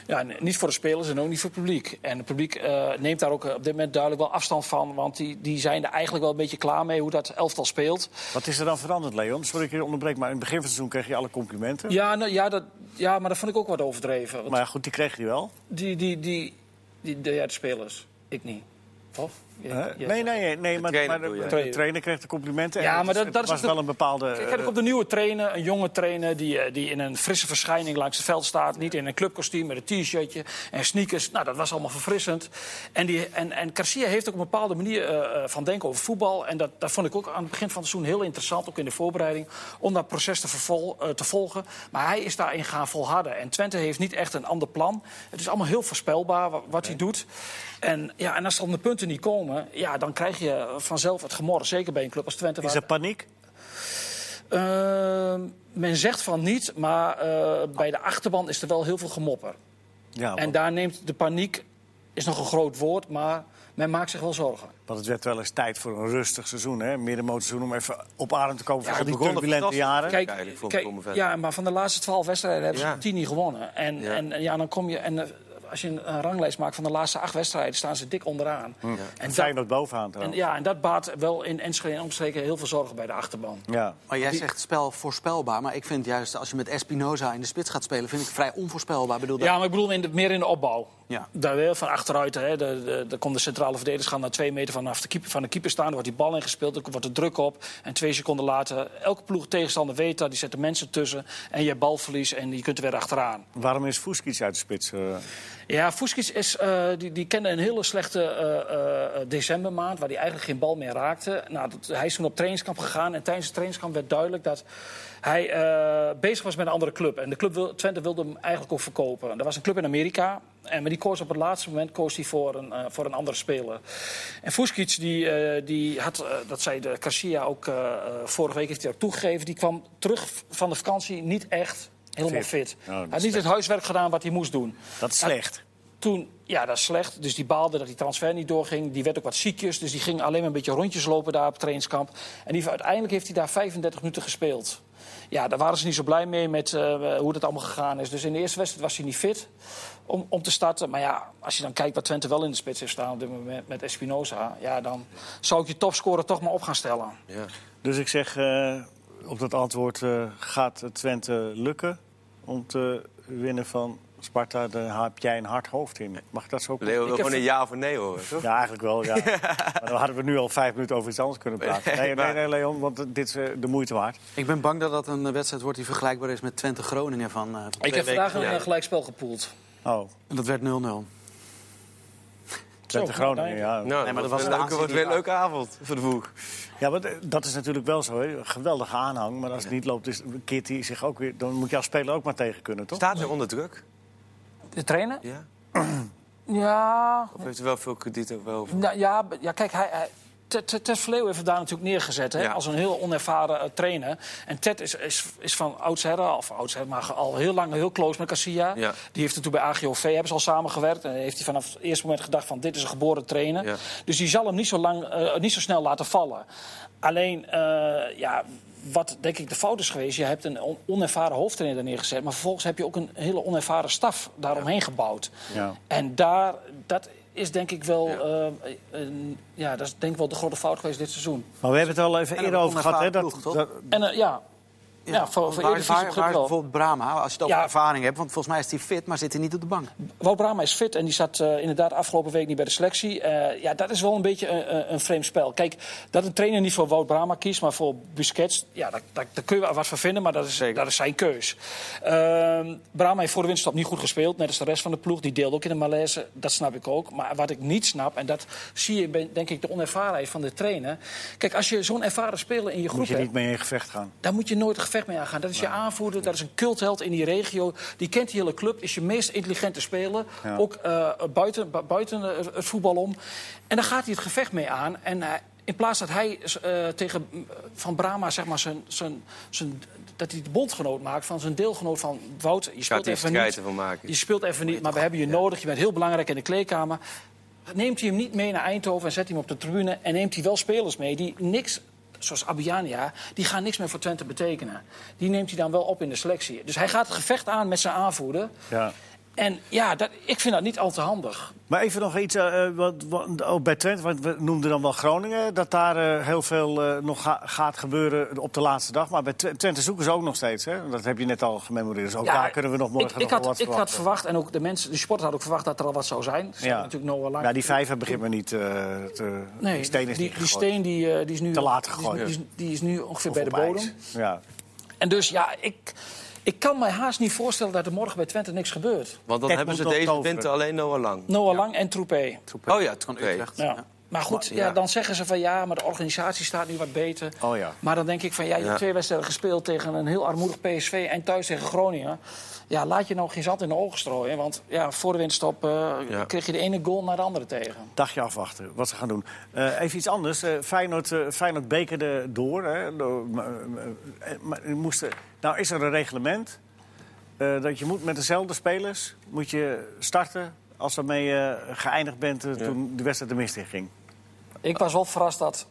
Ja, en niet voor de spelers en ook niet voor het publiek. En het publiek eh, neemt daar ook eh, op dit moment duidelijk wel afstand van. Want die, die zijn er eigenlijk wel een beetje klaar mee hoe dat elftal speelt. Wat is er dan veranderd, Leon? Sorry dat ik je onderbreek, maar in het begin van het seizoen kreeg je alle complimenten. Ja, nou, ja, dat, ja maar dat vond ik ook wat overdreven. Want Maar ja, goed, die kreeg je wel. die, die, die, die, die- ja, de spelers, ik niet. Toch? Je- Hè? je- nee, nee, nee, nee maar, trainer maar de, bedoel de jij? trainer. kreeg de complimenten. Ja, en maar dat- het dat is was natuurlijk- wel een bepaalde... Kijk, ik op de nieuwe trainer, een jonge trainer die, eh, die in een frisse verschijning langs het veld staat. Niet in een clubkostuum met een t-shirtje en sneakers. Nou, dat was allemaal verfrissend. En, die, en, en Garcia heeft ook een bepaalde manier eh, eh, van denken over voetbal. En dat, dat vond ik ook aan het begin van het seizoen heel interessant, ook in de voorbereiding, om dat proces te, vervol, eh, te volgen. Maar hij is daarin gaan volharden. En Twente heeft niet echt een ander plan. Het is allemaal heel voorspelbaar wa- wat, hij doet. En, ja, en als dan de punten niet komen, ja, dan krijg je vanzelf het gemor. Zeker bij een club als Twente. Is waar- er paniek? Ehm, men zegt van niet, maar eh, bij de achterban is er wel heel veel gemopper. Oh. Ja, En want, daar neemt de paniek, is nog een groot woord, maar men maakt zich wel zorgen. want het werd wel eens tijd voor een rustig seizoen, hè? Middenmotorseizoen, om even op adem te komen Ja, van al het die begon turbulente fantastisch. jaren. Kijk, eigenlijk voor kijk Bommel verder. ja, maar van de laatste twaalf wedstrijden hebben Ja. ze tien niet gewonnen. En, Ja. En, en ja, dan kom je. En, eh, als je een, een ranglijst maakt van de laatste acht wedstrijden, staan ze dik onderaan. En, Zijn dat, nog bovenaan en, trouwens. ja, en dat baat wel in Enschede en omstreken heel veel zorgen bij de achterban. Ja. Maar jij zegt spel voorspelbaar. Maar ik vind juist als je met Espinoza in de spits gaat spelen, vind ik vrij onvoorspelbaar. Ik Bedoel, dat- Ja, maar ik bedoel in de- meer in de opbouw. Ja. Daar weer van achteruit. Hè. De, de, de, komt de centrale verdedigers gaan naar twee meter vanaf de keeper, van de keeper staan. Er wordt die bal ingespeeld, er wordt er druk op. En twee seconden later, elke ploeg tegenstander weet dat. Die zet de mensen tussen en je hebt balverlies en je kunt er weer achteraan. Waarom is Fuskic uit de spits? eh? Ja, Fuskic is, eh, die, die kende een hele slechte eh, eh, decembermaand... waar hij eigenlijk geen bal meer raakte. Nou, dat, hij is toen op trainingskamp gegaan. En tijdens het trainingskamp werd duidelijk dat hij eh, bezig was met een andere club. En de club wil, Twente wilde hem eigenlijk ook verkopen. Er was een club in Amerika. En, maar die koos op het laatste moment koos hij voor, een, eh, voor een andere speler. En Fuskic, die, eh, die had, eh, dat zei de Cassia ook eh, eh, vorige week... heeft hij ook toegegeven, die kwam terug van de vakantie niet echt... Helemaal Fit. fit. Oh, hij dat had is niet het huiswerk gedaan wat hij moest doen. Dat is Ja, slecht. Toen, ja, dat is slecht. Dus die baalde dat die transfer niet doorging. Die werd ook wat ziekjes. Dus die ging alleen maar een beetje rondjes lopen daar op het trainingskamp. En die, uiteindelijk heeft hij daar 35 minuten gespeeld. Ja, daar waren ze niet zo blij mee met eh, hoe dat allemaal gegaan is. Dus in de eerste wedstrijd was hij niet fit om, om te starten. Maar ja, als je dan kijkt wat Twente wel in de spits heeft staan op dit moment met Espinoza... ja, dan zou ik je topscorer toch maar op gaan stellen. Dus ik zeg eh, op dat antwoord: eh, gaat het Twente lukken om te winnen van Sparta? Daar heb jij een hard hoofd in. Mag ik dat zo Leo wil heb- gewoon een ja of een nee horen, toch? Ja, eigenlijk wel. Ja. maar dan hadden we nu al vijf minuten over iets anders kunnen praten. Nee, nee, maar- nee Leon, want eh, dit is eh, de moeite waard. Ik ben bang dat dat een eh, wedstrijd wordt die vergelijkbaar is met Twente Groningen van. eh, Ik heb weken vandaag een geleden. eh, gelijkspel gepoeld. Oh, en dat werd 0-0. Twente Zo, Groningen, nee. ja. Nou, Nee, dat maar dat was was een de leuke, aanzien wordt die weer een daar- leuke avond voor de boeg. Ja, want eh, dat is natuurlijk wel zo. Hè. Geweldige aanhang, maar als het niet loopt, is keert hij zich ook weer. Dan moet je als speler ook maar tegen kunnen, toch? Staat hij onder druk? De trainer? Ja. Ja, Of heeft hij wel veel krediet ook wel? Nou, ja, b- ja, kijk, hij, hij, Ted, Ted, Ted Verleeuw heeft het daar natuurlijk neergezet. Hè, Ja. Als een heel onervaren eh, trainer. En Ted is, is, is van oudsher, of oudsher, maar ge- al heel lang heel close met Casilla. Ja. Die heeft er toen bij AGOV hebben ze al samengewerkt. En heeft hij vanaf het eerste moment gedacht van dit is een geboren trainer. Ja. Dus die zal hem niet zo, lang, eh, niet zo snel laten vallen. Alleen, eh, ja... Wat denk ik de fout is geweest, je hebt een on- onervaren hoofdtrainer neergezet, maar vervolgens heb je ook een hele onervaren staf daaromheen gebouwd. Ja. En daar, dat is denk ik wel, ja. ja, dat is denk ik wel de grote fout geweest dit seizoen. Maar we hebben het al even En eerder een over gehad. Hè, onervaren dat, ploeg, toch? dat- En eh, ja, ja. voor, voor waar, Eredivisie waar, begrip waar is wel. bijvoorbeeld Brahma, als je het over Ja. ervaring hebt. Want volgens mij is hij fit, maar zit hij niet op de bank. Wout Brama is fit en die zat eh, inderdaad afgelopen week niet bij de selectie. Eh, ja, dat is wel een beetje een, een- een vreemd spel. Kijk, dat een trainer niet voor Wout Brama kiest, maar voor Busquets... Ja, daar, daar, daar kun je wel wat van vinden, maar dat is, dat is zijn keus. Ehm Brama heeft voor de winststap niet goed gespeeld, net als de rest van de ploeg. Die deelde ook in de malaise, dat snap ik ook. Maar wat ik niet snap, en dat zie je bij, denk ik de onervarenheid van de trainer... Kijk, als je zo'n ervaren speler in je groep moet je hebt... niet mee in gevecht gaan. Daar moet je nooit een gevecht mee aangaan. Dat is je aanvoerder, dat is een cultheld in die regio. Die kent die hele club, is je meest intelligente speler. Ja. Ook eh, buiten, bu- buiten eh, het voetbal om. En daar gaat hij het gevecht mee aan. En hij- in plaats dat hij eh, tegen eh, Van Brama, zeg maar, zijn, zijn, zijn, dat hij de bondgenoot maakt van zijn deelgenoot van Wout. Je speelt hij even strijd niet. ervan maken. Je speelt even niet, maar we hebben je nodig. Je bent heel belangrijk in de kleedkamer. Neemt hij hem niet mee naar Eindhoven en zet hij hem op de tribune. En neemt hij wel spelers mee die niks, zoals Abiania, die gaan niks meer voor Twente betekenen. Die neemt hij dan wel op in de selectie. Dus hij gaat het gevecht aan met zijn aanvoerder. Ja. En ja, dat, ik vind dat niet al te handig. Maar even nog iets eh, eh, wat, wat- ook bij Twente, want we noemden dan wel Groningen... dat daar eh, heel veel eh, nog ga- gaat gebeuren op de laatste dag. Maar bij Twe- Twente zoeken ze ook nog steeds, hè? Dat heb je net al gememoreerd. Dus ook Ja, daar kunnen we nog morgen ik, nog ik had, wel wat ik had verwachten. verwacht, en ook de mensen, de sport had ook verwacht dat er al wat zou zijn. Er staat natuurlijk Noah Lang. Ja, die vijver begint me niet eh, te... Nee, die steen is die, niet die gegooid. steen die, eh, die is nu Te laat die is- gegooid. Die, is- die is nu ongeveer Of bij de op ijs. bodem. Ja. En dus ja, ik, ik kan mij haast niet voorstellen dat er morgen bij Twente niks gebeurt. Want dan Ted hebben ze moet nog deze toveren. winter alleen Noah Lang. Noah Lang en Troepé. Oh ja, Van oké. Utrecht. Ja. Maar goed, Maar, ja. ja. dan zeggen ze van ja, maar de organisatie staat nu wat beter. Oh ja. Maar dan denk ik van ja, je Ja. hebt twee wedstrijden gespeeld tegen een heel armoedig PSV en thuis tegen Groningen. Ja, laat je nou geen zand in de ogen strooien. Want ja, voor de winststop eh, Ja. kreeg je de ene goal naar de andere tegen. Dagje afwachten, wat ze gaan doen. Eh, even iets anders. Eh, Feyenoord, eh, Feyenoord bekerde door. Hè, door maar, eh, maar moesten, nou is er een reglement eh, dat je moet met dezelfde spelers moet je starten als waarmee je geëindigd bent eh, toen de wedstrijd de mist in ging. Ik was wel verrast dat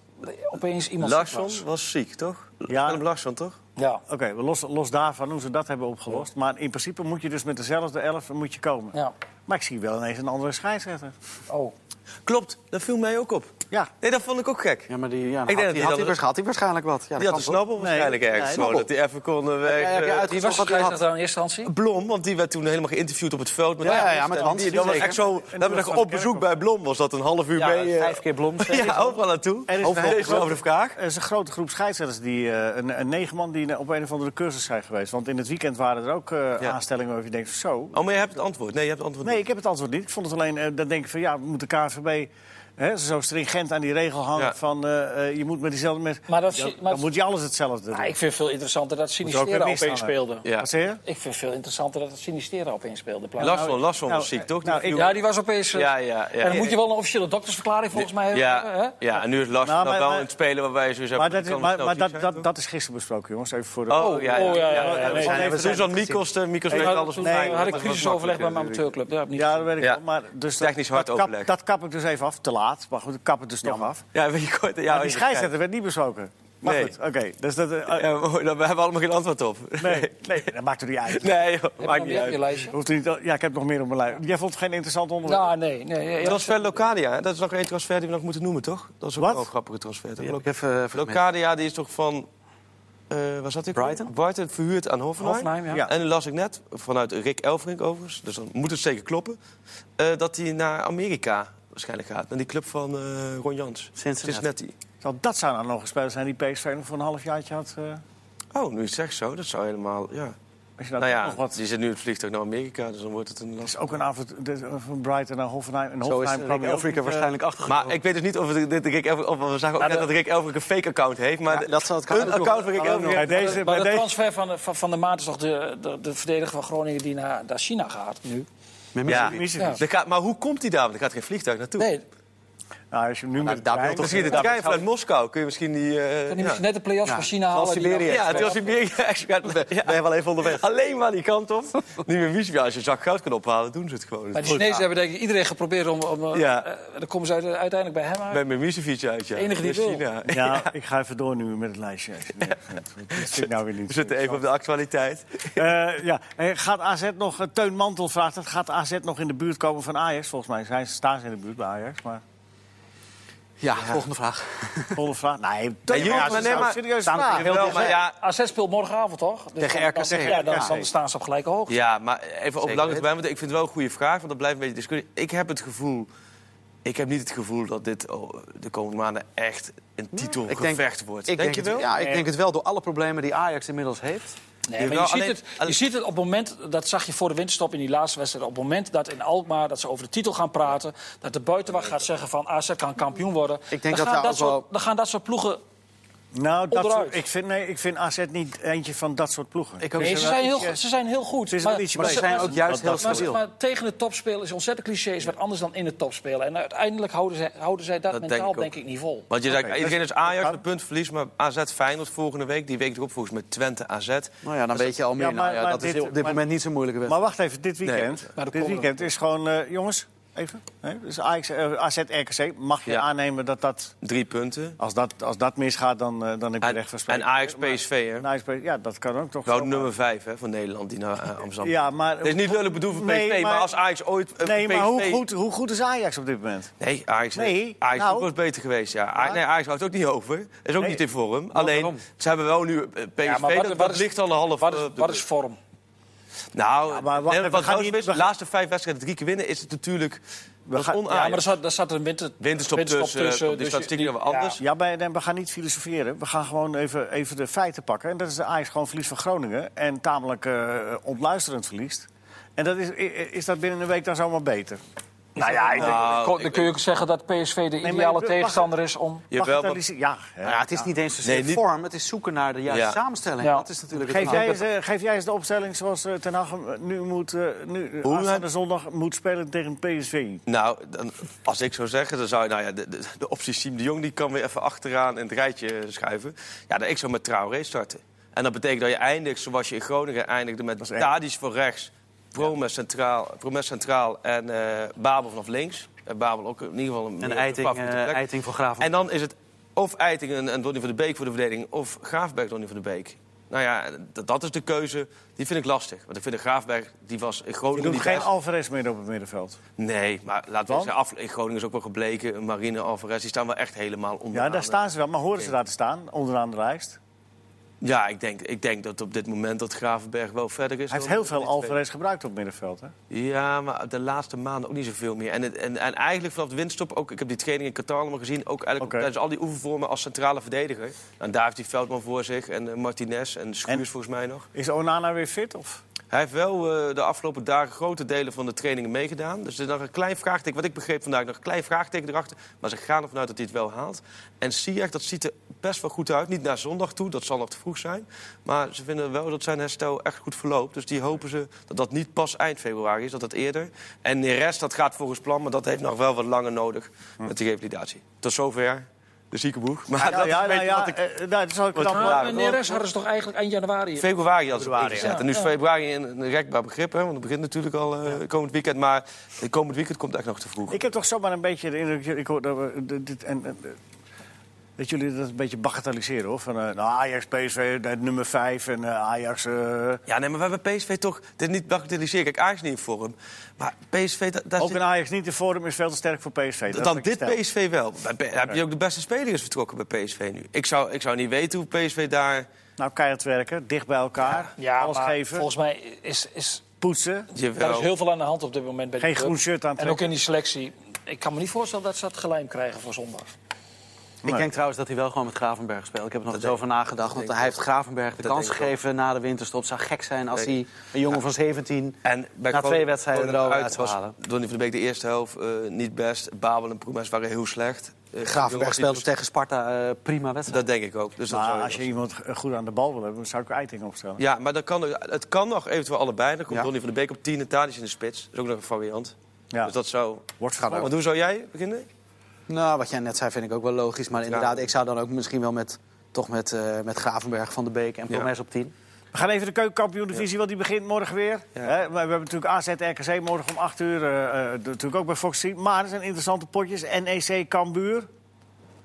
opeens iemand ziek Larsson was. was ziek, toch? Ja. Willem Larsson, toch? Ja. Oké, los, los daarvan hoe ze dat hebben opgelost. Maar in principe moet je dus met dezelfde elf moet je komen. ja. Maar ik zie wel ineens een andere scheidsrechter. Oh. Klopt, dat viel mij ook op. Ja. Nee, dat vond ik ook gek. Ja, maar die, ja, denk dat had, die die had, dan- hij waarsch- had hij waarschijnlijk wat. Ja, Die had een snabbel waarschijnlijk nee, ergens. nee, gewoon, dat snabbel. hij even kon eh, weg. heb je eh, uit- Die was Zoals dat hij had. scheidsrechter aan in eerste instantie? Blom, want die werd toen helemaal geïnterviewd op het veld. Met Ja, Hans. ja, met En Hans, die- Dat was zeker. echt zo. En Dat toen we was nog Van op bezoek Kerkhoff. bij Blom was dat een half uur mee. eh, vijf keer Blom. steeds ja, overal naartoe. Er is een Overal hele tegenover de vraag. Er is een grote groep scheidsrechters, die, eh, een, een negen man die op een of andere cursus zijn geweest. Want in het weekend waren er ook eh, aanstellingen waarvan je denkt, zo... Oh, maar je hebt het antwoord. Nee, je hebt het antwoord Nee, niet. ik heb het antwoord niet. Ik vond het alleen, eh, dan denk ik van ja, moet de KNVB hè, zo stringent aan die regel hangen Ja. van eh, eh, je moet met diezelfde mensen... Maar dat Ja, zie- maar- dan moet je alles hetzelfde doen. Ah, ik vind het veel interessanter dat ook weer Sinistera misstaan, opeens hè? speelde. Ja. Wat zei je? Ik vind het veel interessanter dat het Sinistera opeens speelde. in plaats- Lasson, Lasson nou, was ziek, eh, toch? nou, Die ik- viel- Ja, die was opeens... eh, Ja, ja, ja. En dan moet je wel een officiële doktersverklaring volgens mij hebben. hè? ja, ja, en nu is Lasson Nou, nog maar- wel maar- een het spelen waarbij je zo zegt... Maar, dat, is, kan maar, snel maar ziek dat, zijn, dat, toch? dat is gisteren besproken, jongens. Even voor de... Oh, ja, ja. Oh, ja, ja, ja, ja, nee, zijn- ja. we Toen zijn- zat Mikos, eh, Mikos weet Maar alles toen van mij. had ik Dat was crisisoverleg bij makkelijk, mijn amateurclub. Daar heb ik niet Ja, dat weet ik Ja. wel. Maar dus dat- Technisch hard dat kap- overleg. dat kap ik dus even af, te laat. Maar goed, ik kap het dus nog af. natuurlijk. Ja, weet je, kort, ja, Maar die scheidsrechter werd niet besproken. Maar Nee. goed, oké. Dus dat... eh, eh, Ja, mooi, daar hebben we allemaal geen antwoord op. nee, nee, dat maakt er niet uit. Nee, joh, Heb je maakt nog niet meer op je uit. lijstje? Hoeft u niet, ja, ik heb nog meer op mijn lijst. Jij vond het geen interessant onderwerp? Nou, nee. nee ja, ja. Transfer Locadia, hè? dat is nog één transfer die we nog moeten noemen, toch? Dat is ook Wat? wel een grappige transfer. toch? Die heb ik Lo- even, eh, vergeten. Locadia die is toch van... eh waar zat ik? Brighton? Brighton verhuurd aan Hoffenheim. Hoffenheim, ja. Ja. En nu las ik net, vanuit Rick Elfrink overigens, dus dan moet het zeker kloppen... eh, dat hij naar Amerika waarschijnlijk gaat. Naar die club van eh, Ron Jans. Cincinnati. Zou dat zou nou nog een speler zijn die PSV nog voor een halfjaartje had... eh, Oh, nu je het zegt zo, dat zou helemaal... Ja. als je Nou ja, nog wat die zit nu in het vliegtuig naar Amerika, dus dan wordt het een is lastig. ook een avond dit- eh, van Brighton naar Hoffenheim. En Zo is Hoffenheim kwam Rick je ook Elfrika niet, eh, waarschijnlijk achtergekomen. Maar ik weet dus niet of, het, dit Rick Elfrink, of we zagen ook net dat Rick Elfrink een fake account heeft. Maar Ja, dat zou het kunnen. een account van Rick Kan ook Elfrink. Bij deze, Maar bij de deze, transfer van, van, van de maand is toch de, de, de verdediger van Groningen die naar, naar China gaat nu? Met Ja. Misery. Misevic. Ja. Er gaat, maar hoe komt hij daar? Want er gaat geen vliegtuig naartoe. Nee, Nou, als je hem nu met de daar wil trein- toch Misschien de Ja, trein vanuit Moskou. Kun je misschien die... eh, kan ja. die misschien net de play-offs Ja, van China zoals halen. die dan- Siberië. Ja, het was Amerika. Echt, gaat- ja. Ben je wel even onderweg? Alleen maar die kant op. Niet meer wie Als je een zak goud kan ophalen, doen ze het gewoon. Maar de Chinezen hebben denk ik iedereen geprobeerd om... om eh, Ja. eh, dan komen ze uit- uiteindelijk bij hem uit. Met mijn Misevic uit, ja. De enige die wil. Naar China. Ja, ik ga even door nu met het lijstje. als je het leuk vindt. Want Dit vind ik nou weer niet. We zitten even op de actualiteit. Eh, ja. Eh, gaat AZ nog, eh, Teun Mantel vraagt het, gaat AZ nog in de buurt komen van Ajax? Volgens mij zijn, staan ze in de buurt bij Ajax. Maar Ja, volgende vraag. volle vraag. Nee, Nee, joh, maar nee, maar- serieus Staan- vraag. heel Wel, maar ja, AZ speelt morgenavond, toch? Dus Tegen dan- RKC. dan- Ja, dan, Ja. dan staan ze op gelijke hoogte. Ja, maar even op lange Zeker weten. termijn, want ik vind het wel een goede vraag, want dat blijft een beetje discussie. Ik heb het gevoel, ik heb niet het gevoel dat dit oh, de komende maanden echt een titelgevecht wordt. je wel? het, Ja, ik denk het wel door alle problemen die Ajax inmiddels heeft. Nee, maar Jawel, je, ziet alleen- het, je alleen- ziet het op het moment, dat zag je voor de winterstop in die laatste wedstrijd... op het moment dat in Alkmaar, dat ze over de titel gaan praten... dat de buitenwacht gaat zeggen van AZ kan kampioen worden... denk dan, dat gaan daar dat ook wel- soort, dan gaan dat soort ploegen... Nou, dat Onderuit. soort- ik, vind, nee, ik vind AZ niet eentje van dat soort ploegen. Ik ook Nee, ze, zijn heel, go- eh, ze zijn heel goed. Ze is wel ietsje Maar ze beter. zijn ook juist heel dat- Maar, stabiel. maar tegen het topspelen is ontzettend cliché, is wat anders dan in het topspelen. En uiteindelijk houden zij, houden zij dat, Dat denk mentaal ik ook. denk ik niet vol. Want je zegt, Oké, iedereen dus- is Ajax, kan. een punt verlies, maar AZ Feyenoord volgende week, die week erop volgens mij Twente AZ. Nou ja, dan weet je al meer. Ja, maar- Nou ja, maar dat is dit- op dit maar- moment niet zo'n moeilijke wedstrijd. Maar wacht even, dit weekend, maar de dit komende- weekend is gewoon... eh, jongens, even. Nee, dus Ajax, eh, AZ RKC, mag je Ja. aannemen dat dat... Drie punten. Als dat, als dat misgaat, dan, eh, dan heb je En, recht van en spreken. Ajax PSV, hè? En Ajax, ja, dat kan ook toch. Gouden zomaar. nummer vijf hè, van Nederland, die naar eh, Amsterdam. Ja, maar... Het is niet lullig bedoeld voor PSV, Nee, maar, maar- als Ajax ooit... eh, Nee, maar hoe PSV goed, hoe goed is Ajax op dit moment? Nee, Ajax, Nee, Ajax nou. was beter geweest. Ja. Ajax, nee, Ajax houdt ook niet over. Is ook Nee. niet in vorm. Alleen, ze hebben wel nu eh, PSV. Ja, maar wat- wat dat dat is- ligt al een half... Wat eh, is, op de wat brug. is vorm? Nou, maar wacht nee, even, we gaan wat Goudsmit niet- we is, gaan- laatste vijf wedstrijden drie keer winnen... is het natuurlijk dat gaan- is on Ja, Ajax. maar er zat, er zat een winter, Winterstop tussen, eh, op die dus statistiek die- nog wel anders. Ja, maar nee, we gaan niet filosoferen. We gaan gewoon even, even de feiten pakken. En dat is de Ajax gewoon verlies van Groningen. En tamelijk eh, ontluisterend verliest. En dat is, i- is dat binnen een week dan zomaar beter? Nou ja, ik denk- Oh, Nou, kon- dan kun je ook zeggen dat PSV de maar ideale wacht- tegenstander is om... Jawel, maar- Bagatellis- Ja, hè. Nou ja, het is niet eens zozeer Nee, niet- vorm, het is zoeken naar de juiste Ja. samenstelling. Ja. Dat is natuurlijk het Geef jij, verhaal. eens, eh, geef jij eens de opstelling zoals eh, Ten Hag hem, eh, nu moet... eh, nu, eh, Hoe aanstaande zondag moet spelen tegen PSV. Nou, dan, als ik zou zeggen, dan zou je... Nou ja, de, de, de optie Siem de Jong die kan weer even achteraan in het rijtje eh, schuiven. Ja, dan, ik zou met Traoré starten. En dat betekent dat je eindigt zoals je in Groningen eindigde... met echt- Tadic voor rechts, Promes centraal, Promes centraal en eh, Babel vanaf links. En Babel ook in ieder geval een Een meer eiting, favoriete eh, plek. eiting voor Graven. En dan is het of Eiting en, en Donny van de Beek voor de verdediging... of Graafberg Donny van de Beek. Nou ja, dat, dat is de keuze. Die vind ik lastig. Want ik vind de Graafberg, die was in Je Groningen... doet niet geen echt- Alvarez meer op het middenveld. Nee, maar laten we Want? zeggen, af, in Groningen is ook wel gebleken. Marine Alvarez, die staan wel echt helemaal onderaan. Ja, daar staan ze wel. Maar horen ze daar te staan? Onderaan de lijst. Ja, ik denk, ik denk dat op dit moment dat Gravenberg wel verder is. Hij heeft dan- heel veel dan die twee. Alvarez gebruikt op het middenveld. Hè? Ja, maar de laatste maanden ook niet zoveel meer. En, het- en, en eigenlijk vanaf de winststop, ook, ik heb die training in Qatar allemaal gezien... ook eigenlijk Oké. tijdens al die oefenvormen als centrale verdediger. En daar heeft hij Veldman voor zich en eh, Martinez en Schuurs En- volgens mij nog. Is Onana weer fit? Of? Hij heeft wel eh, de afgelopen dagen grote delen van de trainingen meegedaan. Dus er is nog een klein vraagteken. Wat ik begreep vandaag, nog een klein vraagteken erachter. Maar ze gaan ervan uit dat hij het wel haalt. En Sijak, dat ziet er best wel goed uit. Niet naar zondag toe, dat zal nog te vroeg zijn. Maar ze vinden wel dat zijn herstel echt goed verloopt. Dus die hopen ze dat dat niet pas eind februari is, dat dat eerder. En de rest, dat gaat volgens plan. Maar dat heeft nog wel wat langer nodig met de revalidatie. Tot zover de zieke boeg. Maar Nou dat is een beetje wat ik... eh, nou, dat is ook knap. ik hoor. Ja, Maar dat en de rest hadden ze toch eigenlijk eind januari. Februari hadden ze Februari, ingezet. ja. En nu is Ja. februari een een rekbaar begrip, hè, want het begint natuurlijk al eh, komend weekend. Maar eh, komend weekend komt echt nog te vroeg. Ik heb toch zomaar een beetje de indruk... Ik hoor dat, we- dit- dit, en, en, eh, dat jullie dat een beetje bagatelliseren, hoor. Van eh, nou, Ajax, PSV, eh, nummer 5 en eh, Ajax... eh, Ja, nee, maar we hebben PSV toch... Dit is niet bagatelliseren. Kijk, Ajax is niet in vorm. Maar PSV, da- daar ook zit- een Ajax niet in vorm is veel te sterk voor PSV. Dat is dan wat ik dit stel. PSV wel. Bij, P- heb je ook de beste speler is vertrokken bij PSV nu. Ik zou, ik zou niet weten hoe PSV daar... Nou, keihard werken, dicht bij elkaar, Ja, alles maar geven, volgens mij is, is poetsen. daar is Jawel. heel veel aan de hand op dit moment bij die Geen club. groen shirt En ook aantrekken. in die selectie. Ik kan me niet voorstellen dat ze dat gelijm krijgen voor zondag. Ik denk trouwens dat hij wel gewoon met Gravenberg speelt. Ik heb er nog eens over nagedacht. Want hij heeft Gravenberg de Dat kans denk ik ook. gegeven na de winterstop. zou gek zijn als Nee. hij een jongen van 17... En bij Na Groningen- twee wedstrijden Groningen erover uit zou was halen. Donny van de Beek de eerste helft eh, niet best. Babel en Promes waren heel slecht. Eh, Jongen Gravenberg was speelde niet tegen Sparta eh, prima zo- wedstrijd. Dat denk ik ook. Dus dat zou Maar je als je iemand eh, goed aan de bal wil hebben, dan zou ik Eiting opstellen. Ja, maar dan kan, er- het kan nog eventueel allebei. Dan komt Ja. Donny van de Beek op 10 en Tadic in de spits. Dat is ook nog een variant. Ja. Dus dat zou... Wordt Gaat verkocht. Want hoe zou jij beginnen? Nou, wat jij net zei vind ik ook wel logisch. Maar inderdaad, ik zou dan ook misschien wel met, toch met, eh, met Gravenberg, Van de Beek en Ja. Promes op 10. We gaan even de keukenkampioen-divisie, want die begint morgen weer. Hè, maar we hebben natuurlijk AZ RKC morgen om 8 uur. eh, eh, natuurlijk ook bij Fox 10. Maar er zijn interessante potjes. NEC Cambuur.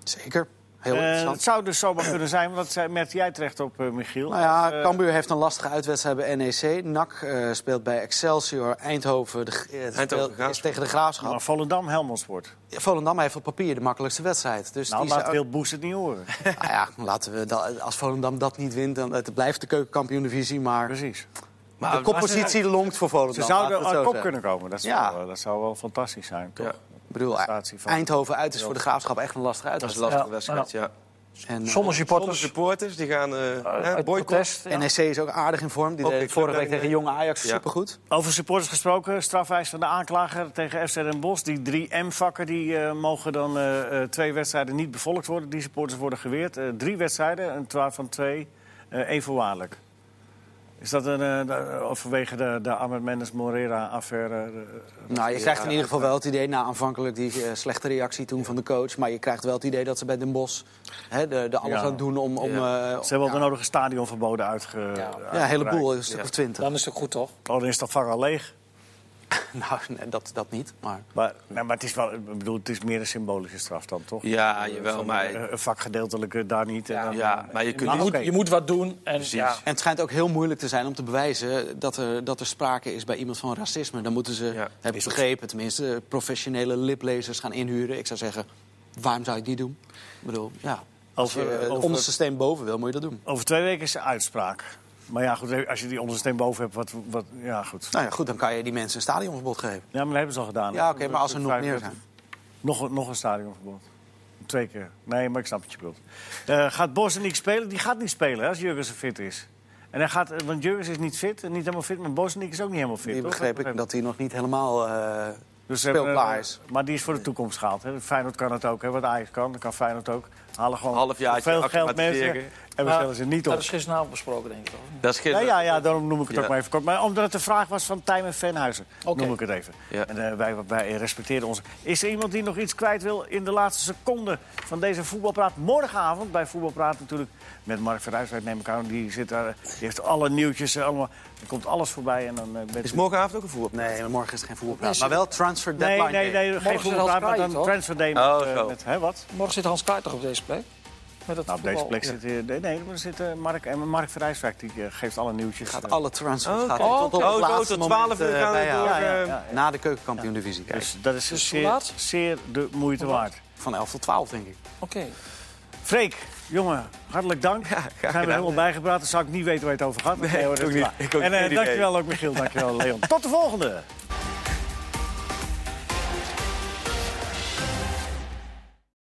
Zeker. Heel Eh, interessant. het zou dus zomaar kunnen zijn, want dat zei- merkte jij terecht op, eh, Michiel. Nou ja, Cambuur heeft een lastige uitwedstrijd bij NEC. NAC eh, speelt bij Excelsior. Eindhoven, de, eh, speelt- Graafschap. is tegen de Graafschap. maar Volendam Helmondsport. Volendam heeft op papier de makkelijkste wedstrijd. Dus Nou, die laat zou- wil Boes het niet horen. Nou ja, laten we dat, als Volendam dat niet wint, dan het blijft de keukenkampioen-divisie. Maar Precies. de koppositie longt voor Volendam. Ze laten zouden we het aan zo kop zeggen. kunnen komen. Dat zou, Ja. wel- dat zou wel fantastisch zijn, toch? Ja, Ik bedoel, eh, Prestatie van- Eindhoven uit is voor de Graafschap echt een lastige dat is een uitwedstrijd. lastige Ja, wedstrijd, ja. En, eh, Sommige Zonder supporters supporters, die gaan eh eh, hè, uit boycott. protest. ja. NEC E is ook aardig in vorm. Die Ook deed ik vorige ben- week tegen jonge Ajax Ja. supergoed. Over supporters gesproken, strafwijs van de aanklager tegen FC Den Bosch. Die drie M-vakken die, eh, mogen dan eh, eh, twee wedstrijden niet bevolkt worden. Die supporters worden geweerd. Eh, drie wedstrijden, en twa van twee eh één voorwaardelijk. Is dat een, eh, da- vanwege de, de Ahmed Mendes Morera-affaire? eh, Nou, je krijgt in ieder geval wel het idee, na aanvankelijk die eh, slechte reactie toen van de coach... maar je krijgt wel het idee dat ze bij Den Bosch hè, de, de alles Ja. aan doen om... om Oh, eh, ze hebben al de nodige stadionverboden uitge... Ja, ja, een heleboel, uitgereikt. een stuk Ja. of twintig. Dan is het ook goed, toch? Oh, dan is dat vak al leeg. Nou, nee, dat, dat niet, maar... Maar, nou, maar het, is wel, ik bedoel, het is meer een symbolische straf dan, toch? Ja, jawel, Van, maar, eh, Een vak gedeeltelijk eh, daar niet. en dan- ja, maar je kunt Maar niet... goed, Nou, Je moet wat doen. En, ja. En het schijnt ook heel moeilijk te zijn om te bewijzen dat er, dat er sprake is bij iemand van racisme. Dan moeten ze, heb ik is ook begrepen tenminste, eh, professionele liplezers gaan inhuren. Ik zou zeggen, waarom zou je het niet doen? Ik bedoel, ja, als je Over- eh, het over- onderste steen boven wil, moet je dat doen. Over twee weken is de uitspraak. Maar ja, goed, eh, als je die ondersteen boven hebt, wat, wat, ja, goed. Nou ja, goed, dan kan je die mensen een stadionverbod geven. Ja, maar dat hebben ze al gedaan. Ja, oké, maar als er nog meer zijn. Nog, een- nog een stadionverbod. Twee keer. Nee, maar ik snap wat je bedoelt. Eh, gaat Bos niet spelen? Die gaat niet spelen hè, als Jurgensen fit is. En hij gaat, want Jurgensen is niet fit, niet helemaal fit. Maar Bosnik is ook niet helemaal fit. Die toch? begreep ik dat hij nog niet helemaal eh Dus ze hebben, speelklaar eh, is. Maar die is voor de toekomst gehaald. Hè. Feyenoord kan het ook, hè. wat Ajax kan, dan kan Feyenoord ook. Halen gewoon Halfjaartje veel geld mensen acclimatiseren. en we stellen ze niet Dat op. is gisteravond besproken, denk ik. Toch? Dat is geen... Ja, ja, ja, daarom noem ik het ook Ja. maar even kort. Maar omdat het een vraag was van Tijmen Venhuizen, Oké. noem ik het even. Ja. En eh, wij, wij respecteren ons. Is er iemand die nog iets kwijt wil in de laatste seconde van deze voetbalpraat? Morgenavond bij Voetbalpraat natuurlijk met Mark Verhuis uit neem ik aan. Die, zit daar, eh, die heeft alle nieuwtjes, eh, allemaal, er komt alles voorbij. En dan, eh, bent Is u- morgenavond ook een voetbal? Nee, maar morgen is het geen voetbalpraat. Maar wel transfer Nee, deadline. nee, nee, Morgen geen is er voetbalpraat, al maar vrij, dan toch? transfer day met, Oh, eh, zo. met hè, wat? Morgen zit Hans Kaart toch op deze plek? met het Nou, op voetbal. deze plek zit... eh, Nee, nee, er zit eh, Mark, en Mark van Rijswijk, die eh, geeft alle nieuwtjes. Gaat eh, alle transfers Oh, gaat oké. hij tot op Oh, het zo, laatste tot moment, 12 uur eh, gaan we bijhouden. door, eh, ja, ja. Na de keukenkampioen-divisie. Dus dat is Dus hoe zeer, laat? zeer de moeite waard. Van 11 tot 12, denk ik. Oké. Freek, jongen, hartelijk dank. graag zijn we gedaan. helemaal bijgepraat. Dan zou ik niet weten waar je het over gaat. Nee, ik ook niet. Ik ook en eh, geen idee. dankjewel ook Michiel, dankjewel Leon. Tot de volgende!